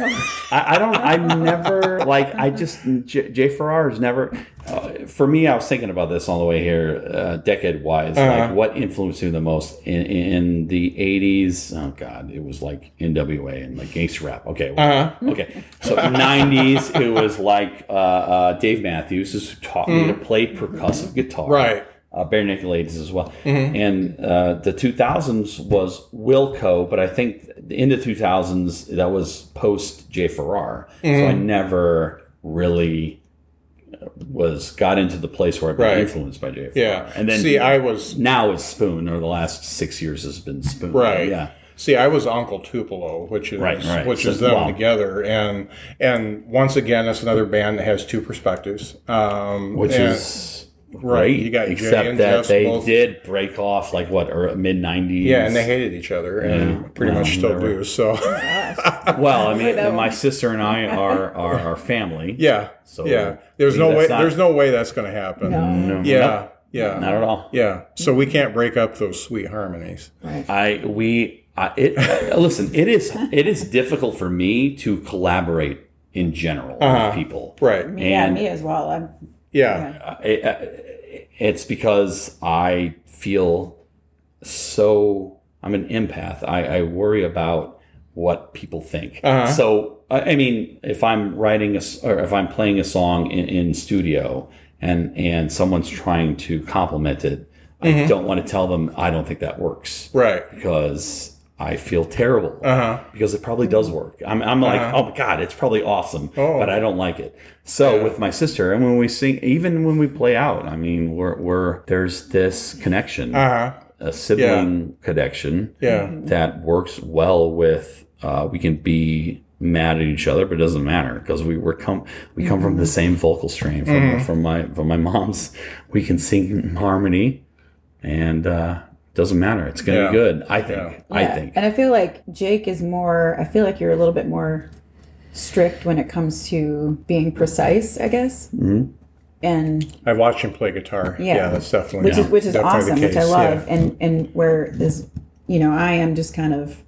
Speaker 4: I, I don't. I never like. I just J, Jay Farrar is never. Uh, for me, I was thinking about this on the way here, uh, decade wise. Like what influenced me the most in, in the '80s? Oh God, it was like NWA and like gangster rap. Okay, well, okay. So '90s, it was like uh, uh, Dave Matthews is taught me to play percussive guitar
Speaker 2: Right.
Speaker 4: uh, bare naked ladies as well. And uh, the 2000s was Wilco, but I think the end of 2000s that was post Jay Farrar, so I never really was got into the place where I got
Speaker 2: Right.
Speaker 4: influenced by Jay Farrar.
Speaker 2: Yeah.
Speaker 4: and then
Speaker 2: see, I was
Speaker 4: now it's Spoon, or the last six years has been Spoon.
Speaker 2: Right.
Speaker 4: Yeah.
Speaker 2: See, I was Uncle Tupelo, which is
Speaker 4: Right, right.
Speaker 2: which
Speaker 4: So-
Speaker 2: is them
Speaker 4: wow.
Speaker 2: together, and and once again, it's another band that has two perspectives. Um,
Speaker 4: Which
Speaker 2: and-
Speaker 4: is.
Speaker 2: Right,
Speaker 4: great,
Speaker 2: you got Jay
Speaker 4: except
Speaker 2: and
Speaker 4: that
Speaker 2: Jess
Speaker 4: they
Speaker 2: both-
Speaker 4: did break off like what er, or mid nineties.
Speaker 2: yeah, and they hated each other, and
Speaker 4: Yeah.
Speaker 2: pretty
Speaker 4: Well,
Speaker 2: much still
Speaker 4: never-
Speaker 2: do. So (laughs)
Speaker 4: Well, I
Speaker 3: Heard that
Speaker 4: mean, my
Speaker 3: one.
Speaker 4: sister and I are are, are family.
Speaker 2: (laughs) yeah,
Speaker 4: So,
Speaker 2: yeah. There's
Speaker 4: I
Speaker 2: no
Speaker 4: mean,
Speaker 2: way.
Speaker 4: that's not-
Speaker 2: there's no way that's going to happen.
Speaker 4: No,
Speaker 2: Yeah,
Speaker 4: nope,
Speaker 2: yeah,
Speaker 4: not at all.
Speaker 2: yeah. So we can't break up those sweet harmonies.
Speaker 4: I we I, it uh, listen. It is it is difficult for me to collaborate in general
Speaker 2: Uh-huh.
Speaker 4: with people,
Speaker 2: Right.
Speaker 3: yeah,
Speaker 4: And-
Speaker 3: me as well. I'm
Speaker 2: Yeah.
Speaker 4: Uh, it- uh, it's because I feel so. I'm an empath. I, I worry about what people think. So I I mean, if I'm writing a s- or if I'm playing a song in, in studio and and someone's trying to compliment it, I don't want to tell them I don't think that works
Speaker 2: Right.
Speaker 4: because I feel terrible because it probably does work. I'm, I'm like, oh my god, it's probably awesome, but I don't like it. So with my sister, and when we sing, even when we play out, I mean, we're, we're there's this connection,
Speaker 2: Uh huh.
Speaker 4: a sibling connection,
Speaker 2: Yeah.
Speaker 4: that works well with. Uh, we can be mad at each other, but it doesn't matter because we were come we come from the same vocal strain from, from my from my mom's. We can sing in harmony, and uh, doesn't matter. It's gonna
Speaker 2: Yeah.
Speaker 4: be good. I think. I
Speaker 3: Yeah,
Speaker 4: think.
Speaker 3: And I feel like Jake is more, I feel like you're a little bit more strict when it comes to being precise, I guess. Mm-hmm. And
Speaker 2: I've watched him play guitar. Yeah,
Speaker 3: Yeah.
Speaker 2: that's definitely
Speaker 3: which is which is
Speaker 2: definitely the
Speaker 3: awesome, which I
Speaker 2: case,
Speaker 3: love.
Speaker 2: yeah.
Speaker 3: And and where is you know, I am just kind of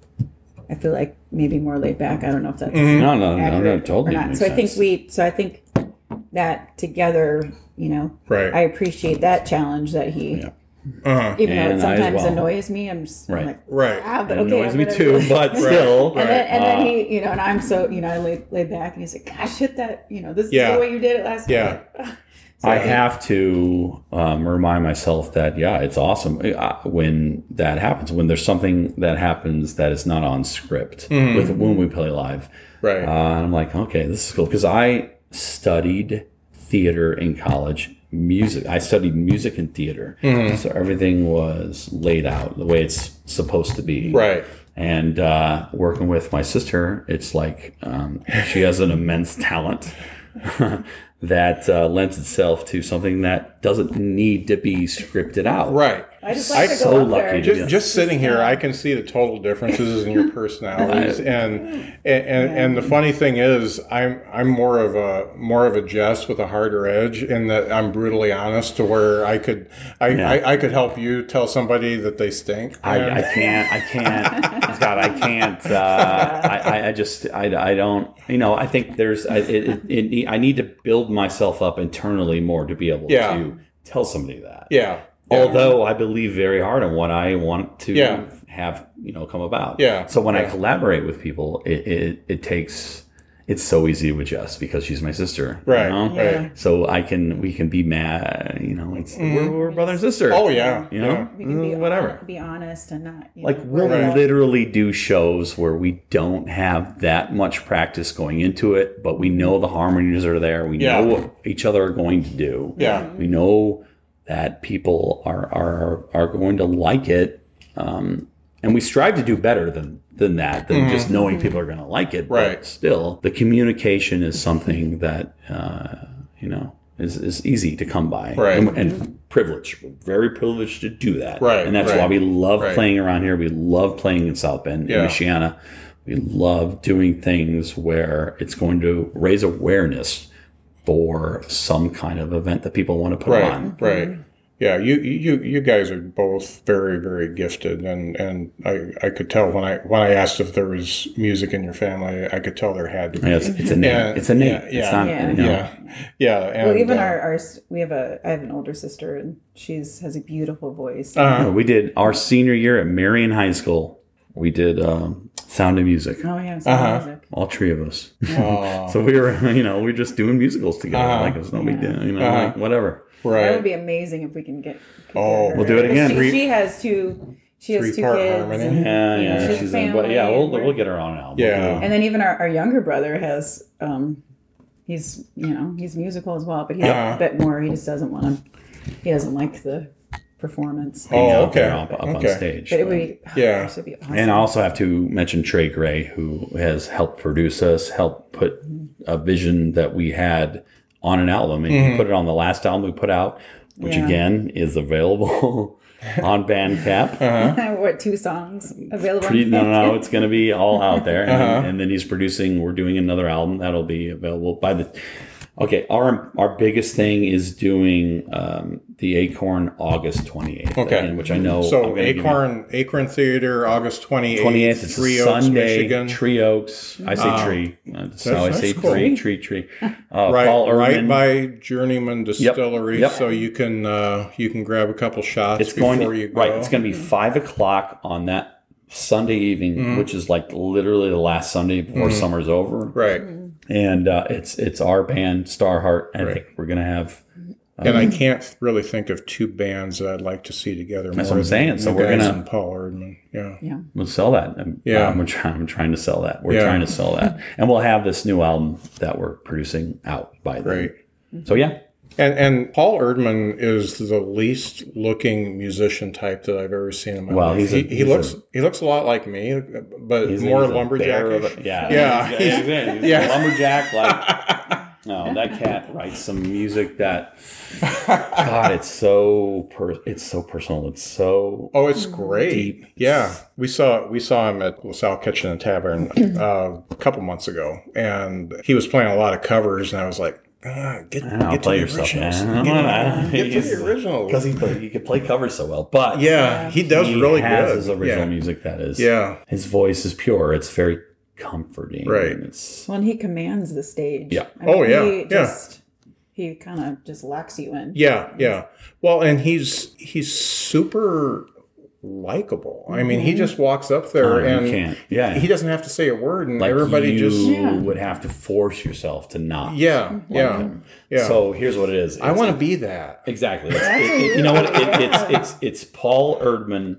Speaker 3: I feel like maybe more laid back. I don't know if that's
Speaker 2: Mm-hmm.
Speaker 4: No, no, no, no,
Speaker 3: accurate or
Speaker 4: totally.
Speaker 3: not.
Speaker 4: makes
Speaker 3: So I think
Speaker 4: sense.
Speaker 3: we so I think that together, you know,
Speaker 2: Right. Uh-huh.
Speaker 3: I appreciate that challenge that he even though
Speaker 4: And
Speaker 3: it
Speaker 4: I
Speaker 3: sometimes
Speaker 4: well.
Speaker 3: annoys me, I'm just I'm
Speaker 4: Right.
Speaker 3: like
Speaker 2: Right.
Speaker 3: ah, but
Speaker 4: That
Speaker 3: okay,
Speaker 4: annoys
Speaker 3: I'm
Speaker 4: me
Speaker 3: gonna
Speaker 4: too,
Speaker 3: (laughs) do it."
Speaker 4: but (laughs) still.
Speaker 3: And then, and then
Speaker 4: Uh,
Speaker 3: he, you know, and I'm so, you know, I laid, laid back and he's like, gosh, hit that, you know, this
Speaker 2: Yeah.
Speaker 3: is the way you did it last
Speaker 2: Yeah.
Speaker 3: week. Yeah.
Speaker 4: I have to um, remind myself that yeah, it's awesome uh, when that happens. When there's something that happens that is not on script with when we play live,
Speaker 2: Right.
Speaker 4: uh, and I'm like, okay, this is cool because I studied theater in college. Music. I studied music and theater, so everything was laid out the way it's supposed to be.
Speaker 2: right.
Speaker 4: and uh, working with my sister, it's like um, she has an immense talent (laughs) that uh, lends itself to something that doesn't need to be scripted out.
Speaker 2: Right.
Speaker 3: I just like
Speaker 2: I'm
Speaker 3: to go
Speaker 4: so
Speaker 3: up there.
Speaker 4: lucky to
Speaker 2: just
Speaker 4: Yeah.
Speaker 2: just sitting here, I can see the total differences in your personalities, and and, and, and the funny thing is, I'm I'm more of a more of a jest with a harder edge, in that I'm brutally honest to where I could I, I, I could help you tell somebody that they stink.
Speaker 4: I, I
Speaker 2: And-
Speaker 4: can't. I can't. (laughs) God, I can't. Uh, I, I- I just. I, I don't. You know. I think there's. I, it, it, it, I need to build myself up internally more to be able
Speaker 2: Yeah.
Speaker 4: to tell somebody that.
Speaker 2: yeah. yeah.
Speaker 4: although I believe very hard on what I want to
Speaker 2: Yeah.
Speaker 4: have you know come about.
Speaker 2: Yeah.
Speaker 4: So when I
Speaker 2: Yeah.
Speaker 4: collaborate with people, it, it it takes it's so easy to adjust because she's my sister, you
Speaker 2: Right,
Speaker 4: know?
Speaker 2: right. Mm-hmm.
Speaker 4: So I can we can be mad, you know. It's we're, we're brother and sister.
Speaker 2: Oh yeah.
Speaker 4: you know,
Speaker 3: (laughs) We can be,
Speaker 4: Mm, whatever.
Speaker 3: Be honest and not. you
Speaker 4: Like
Speaker 3: know,
Speaker 4: we'll
Speaker 3: we're all-
Speaker 4: literally do shows where we don't have that much practice going into it, but we know the harmonies are there. We
Speaker 2: Yeah.
Speaker 4: know what each other are going to do.
Speaker 2: Yeah.
Speaker 3: Mm-hmm.
Speaker 4: We know that people are are are going to like it. Um, and we strive to do better than than that, than just knowing
Speaker 3: Mm-hmm.
Speaker 4: people are going to like it.
Speaker 2: Mm-hmm. Right.
Speaker 4: But still, the communication is something that, uh, you know, is, is easy to come by.
Speaker 2: Right.
Speaker 4: And, and privilege. We're very privileged to do that.
Speaker 2: Right,
Speaker 4: And that's
Speaker 2: right,
Speaker 4: why we love
Speaker 2: right.
Speaker 4: playing around here. We love playing in South Bend,
Speaker 2: Yeah.
Speaker 4: in Michiana. We love doing things where it's going to raise awareness for some kind of event that people want to put on.
Speaker 2: right right yeah you you you guys are both very very gifted and and i i could tell when i when i asked if there was music in your family i could tell there had to be
Speaker 4: Yeah, It's, it's a name.
Speaker 2: Yeah,
Speaker 4: it's a name.
Speaker 2: yeah, yeah,
Speaker 4: it's not,
Speaker 3: yeah.
Speaker 4: you know,
Speaker 2: yeah yeah
Speaker 4: Oh,
Speaker 2: and
Speaker 3: well, even
Speaker 2: uh,
Speaker 3: our, our s- we have a I have an older sister and she's has a beautiful voice.
Speaker 4: No, we did our senior year at Marion High School. We did um, Sound of Music,
Speaker 3: oh yeah, it's music.
Speaker 4: all three of us. (laughs) so we were, you know, we were just doing musicals together.
Speaker 2: Uh-huh.
Speaker 4: Like it was no big deal, you know, like, whatever.
Speaker 2: right
Speaker 3: That would be amazing if we can get. could get
Speaker 2: Oh,
Speaker 3: her.
Speaker 4: we'll do it
Speaker 3: Because
Speaker 4: again.
Speaker 3: She,
Speaker 4: Three-
Speaker 3: she has two. She has two
Speaker 2: Three-part
Speaker 3: kids.
Speaker 2: harmony.
Speaker 3: And,
Speaker 4: Yeah,
Speaker 3: you know,
Speaker 4: yeah,
Speaker 3: she's
Speaker 4: she's
Speaker 3: family.
Speaker 4: in, but yeah, we'll
Speaker 3: and we're-
Speaker 4: we'll get her on an album.
Speaker 2: Yeah.
Speaker 3: And then even our, our younger brother has, um, he's you know he's musical as well, but he's
Speaker 2: Uh-huh.
Speaker 3: a bit more. He just doesn't want to. He doesn't like the performance.
Speaker 2: Oh,
Speaker 4: Hang out
Speaker 2: okay.
Speaker 4: there Up, up on
Speaker 2: Okay.
Speaker 4: stage.
Speaker 3: But (sighs) it would be, oh,
Speaker 2: Yeah.
Speaker 3: gosh, it'd be awesome. (laughs)
Speaker 4: And I also have to mention Trey Gray, who has helped produce us, helped put a vision that we had on an album, and he put it on the last album we put out, which
Speaker 3: Yeah.
Speaker 4: again is available (laughs) on (laughs) Bandcamp.
Speaker 3: what two songs available?
Speaker 4: Pretty, no, no, no, it's going to be all out there. And, and then he's producing. We're doing another album that'll be available by the. Okay, our our biggest thing is doing um, the Acorn August twenty eighth.
Speaker 2: Okay.
Speaker 4: which I know. I'm
Speaker 2: so
Speaker 4: gonna give you-
Speaker 2: acorn acorn theater august 28th,
Speaker 4: 28th. It's
Speaker 2: three
Speaker 4: a
Speaker 2: oaks
Speaker 4: Sunday.
Speaker 2: michigan
Speaker 4: Tree Oaks. I say tree. Uh, so I
Speaker 2: that's
Speaker 4: say
Speaker 2: cool.
Speaker 4: tree, tree, tree.
Speaker 2: (laughs)
Speaker 4: Uh,
Speaker 2: Right,
Speaker 4: Paul
Speaker 2: right
Speaker 4: Irwin.
Speaker 2: by Journeyman Distillery,
Speaker 4: yep.
Speaker 2: so you can uh, you can grab a couple shots
Speaker 4: it's
Speaker 2: before
Speaker 4: going to,
Speaker 2: you go.
Speaker 4: right. It's going to be five o'clock on that Sunday evening,
Speaker 2: Mm.
Speaker 4: which is like literally the last Sunday before summer's over.
Speaker 2: right.
Speaker 3: Mm-hmm.
Speaker 4: And uh, it's it's our band Starheart. and I
Speaker 2: Right.
Speaker 4: think we're gonna have.
Speaker 2: And
Speaker 4: Um,
Speaker 2: I can't really think of two bands that I'd like to see together.
Speaker 4: That's
Speaker 2: more
Speaker 4: what I'm
Speaker 2: than
Speaker 4: saying. So
Speaker 2: you
Speaker 4: we're
Speaker 2: guys
Speaker 4: gonna-
Speaker 2: and Paul Erdman. Yeah.
Speaker 3: Yeah.
Speaker 4: We'll sell that. I'm,
Speaker 2: Yeah.
Speaker 4: I'm, trying, I'm trying to sell that. We're
Speaker 2: Yeah.
Speaker 4: trying to sell that, and we'll have this new album that we're producing out by then.
Speaker 2: Right.
Speaker 4: So yeah,
Speaker 2: And and Paul Erdman is the least looking musician type that I've ever seen in my
Speaker 4: Well,
Speaker 2: life.
Speaker 4: he's a-
Speaker 2: he, he
Speaker 4: he's
Speaker 2: looks
Speaker 4: a-
Speaker 2: he looks a lot like me, but
Speaker 4: He's-
Speaker 2: more
Speaker 4: he's a bear of
Speaker 2: lumberjackish.
Speaker 4: a- (laughs) Yeah,
Speaker 2: Yeah.
Speaker 4: He's, he's- he's- he's a
Speaker 2: Yeah.
Speaker 4: lumberjack. Like,
Speaker 2: (laughs)
Speaker 4: no, that cat writes some music that, God, it's so per, it's so personal. It's so
Speaker 2: Oh, it's great.
Speaker 4: Deep.
Speaker 2: Yeah, we saw we saw him at LaSalle Kitchen and Tavern uh, a couple months ago, and he was playing a lot of covers, and I was like, ah, get,
Speaker 4: know,
Speaker 2: get to
Speaker 4: play
Speaker 2: the
Speaker 4: yourself,
Speaker 2: originals.
Speaker 4: man.
Speaker 2: Yeah, Get to
Speaker 4: He's-
Speaker 2: the originals.
Speaker 4: because he play, he could play covers so well, but
Speaker 2: yeah, he does
Speaker 4: he
Speaker 2: really
Speaker 4: has
Speaker 2: good.
Speaker 4: his original
Speaker 2: yeah.
Speaker 4: music. That is,
Speaker 2: Yeah.
Speaker 4: his voice is pure. It's very comforting.
Speaker 2: Right.
Speaker 4: and It's
Speaker 3: Well, and he commands the stage.
Speaker 4: Yeah.
Speaker 3: I mean,
Speaker 2: Oh, yeah,
Speaker 3: He
Speaker 2: yeah.
Speaker 3: just, He kind of just locks you in.
Speaker 2: Yeah, yeah. Well, and he's he's super likable. I mean, he just walks up there
Speaker 4: Oh, Mm-hmm. you
Speaker 2: and
Speaker 4: can't. Yeah.
Speaker 2: he doesn't have to say a word, and
Speaker 4: like
Speaker 2: everybody
Speaker 4: you
Speaker 2: just
Speaker 3: Yeah.
Speaker 4: would have to force yourself to not.
Speaker 2: yeah, yeah, yeah.
Speaker 4: So here's what it is.
Speaker 2: I
Speaker 4: It's-
Speaker 2: want to be that. (laughs)
Speaker 4: Exactly. It's, it- it- you know what? It, it's it's it's Paul Erdman,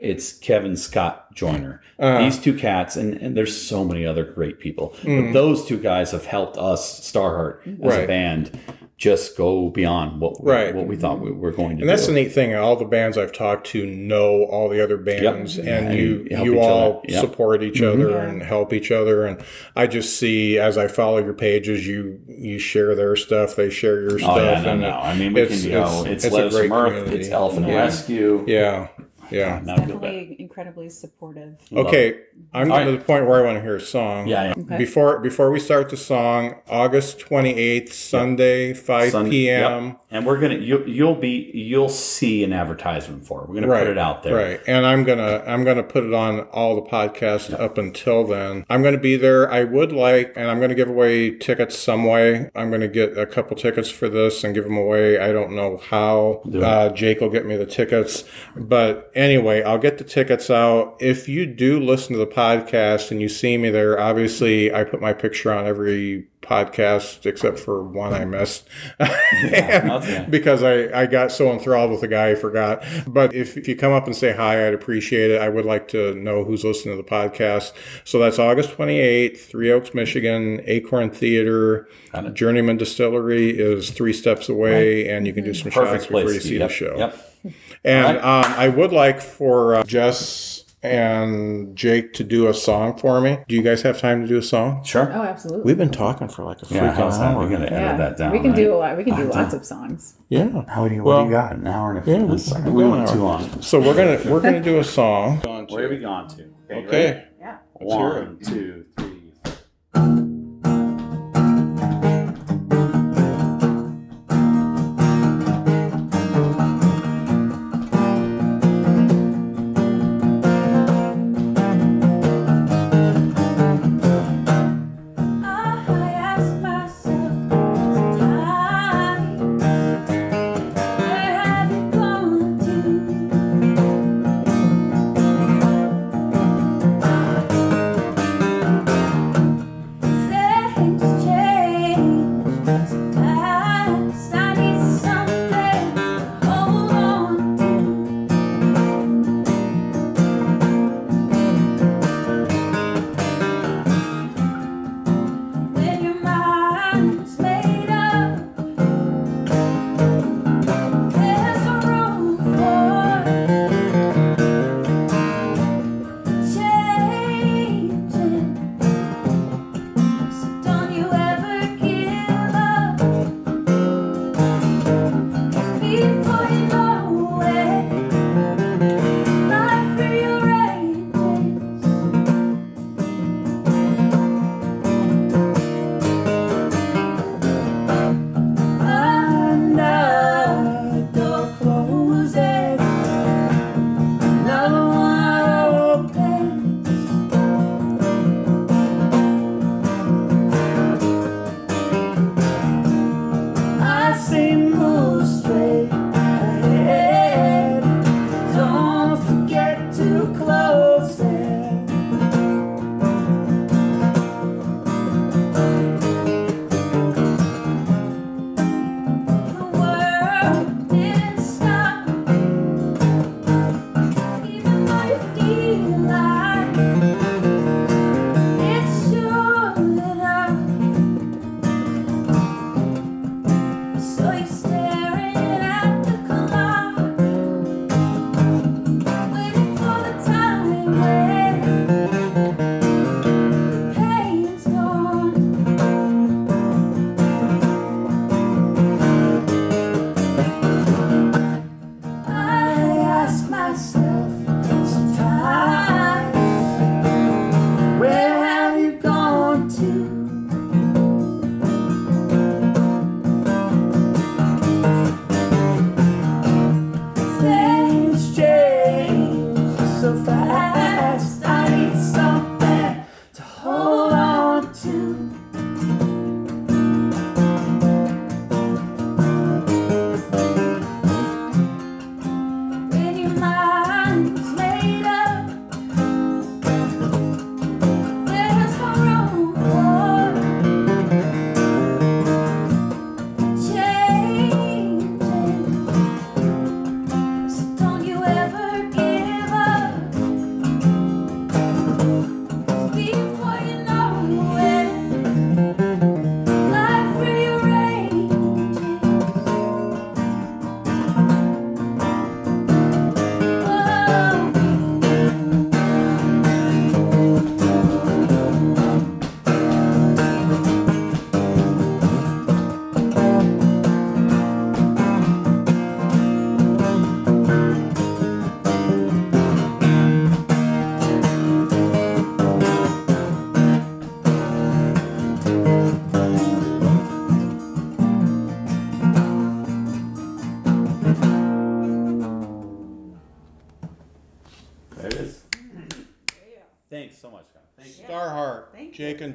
Speaker 4: it's Kevin Scott Joyner.
Speaker 2: Uh-huh.
Speaker 4: These two cats, and, and there's so many other great people. But those two guys have helped us, Starheart, as a
Speaker 2: Hmm. Right.
Speaker 4: band, just go beyond what we,
Speaker 2: Right.
Speaker 4: what we thought we were going to
Speaker 2: And that's the
Speaker 4: do.
Speaker 2: neat thing. All the bands I've talked to know all the other bands, and you
Speaker 4: you help
Speaker 2: you
Speaker 4: each
Speaker 2: all
Speaker 4: other. Yep. Mm-hmm.
Speaker 2: support each other and help each other. And I just see as I follow your pages, you you share their stuff, they share your stuff.
Speaker 4: Oh, yeah, no,
Speaker 2: and
Speaker 4: no. I mean, we
Speaker 2: it's-
Speaker 4: can
Speaker 2: it's-
Speaker 4: go. It's,
Speaker 2: it's a
Speaker 4: Letters
Speaker 2: great
Speaker 4: from Earth,
Speaker 2: community.
Speaker 4: it's Elephant Rescue.
Speaker 2: yeah, yeah.
Speaker 4: Now I feel bad.
Speaker 3: Definitely incredibly supportive.
Speaker 2: Okay, I'm
Speaker 4: All
Speaker 2: getting to
Speaker 4: right.
Speaker 2: the point where I want to hear a song.
Speaker 4: Yeah, yeah.
Speaker 2: Before before we start the song, August 28th, Sunday, 5
Speaker 4: Sun-
Speaker 2: p.m.
Speaker 4: yep. And we're gonna you you'll be you'll see an advertisement for it. We're gonna
Speaker 2: Right.
Speaker 4: put it out there.
Speaker 2: Right. And I'm going to I'm going to put it on all the podcasts up until then. I'm going to be there. I would like and I'm going to give away tickets some way. I'm going to get a couple tickets for this and give them away. I don't know how. Uh, Jake will get me the tickets. But anyway, I'll get the tickets out. If you do listen to the podcast and you see me there, obviously I put my picture on every podcast except for one I missed. (laughs)
Speaker 4: Okay.
Speaker 2: because I, I got so enthralled with the guy I forgot. But if, if you come up and say hi, I'd appreciate it. I would like to know who's listening to the podcast. So that's August 28th, Three Oaks, Michigan, Acorn Theater. Journeyman Distillery is three steps away, and you can do some shots
Speaker 4: Mm-hmm. Perfect
Speaker 2: before
Speaker 4: place.
Speaker 2: you see
Speaker 4: yep.
Speaker 2: the show.
Speaker 4: Yep.
Speaker 2: And um, I would like for uh, Jess and Jake to do a song for me. Do you guys have time to do a song?
Speaker 4: Sure.
Speaker 3: Oh, absolutely.
Speaker 2: We've been talking for like a freaking
Speaker 4: Yeah, how's that? We're
Speaker 2: hour.
Speaker 4: gonna edit that down.
Speaker 3: we can
Speaker 4: right?
Speaker 3: do a lot. We can do lots of songs.
Speaker 2: Yeah.
Speaker 4: How do you?
Speaker 2: Well,
Speaker 4: what do you got? An hour and a
Speaker 2: yeah, we-
Speaker 4: minutes.
Speaker 2: we
Speaker 4: we
Speaker 2: can
Speaker 4: went
Speaker 2: do
Speaker 4: too
Speaker 2: an
Speaker 4: long.
Speaker 2: So we're gonna we're gonna do a
Speaker 4: (laughs)
Speaker 2: song.
Speaker 4: Where have we gone to? you ready?
Speaker 2: Okay.
Speaker 3: Yeah.
Speaker 2: hear it.
Speaker 4: One, two, three. four.
Speaker 5: I ask myself sometimes, where have you gone to? Things change so fast. I need something to hold on to. When your mind's made up, there's room for changing. So don't you ever give up, 'cause before you know it, life rearranges. Another closes, another one opens. I say move straight ahead. Don't forget to close it. The world didn't stop, even though you feel like it's sure enough. So you're staring at the clock, waiting for the time when the pain's gone. I ask myself sometimes, where have you gone to? Things change so fast. I need something to hold on to. When your mind's made up, there's no room for changing. So don't you ever give up. 'Cause before you know it, life rearranges. Whoa.
Speaker 4: There it is. Thanks so much, guys. Thank you.
Speaker 2: Starheart, Jake and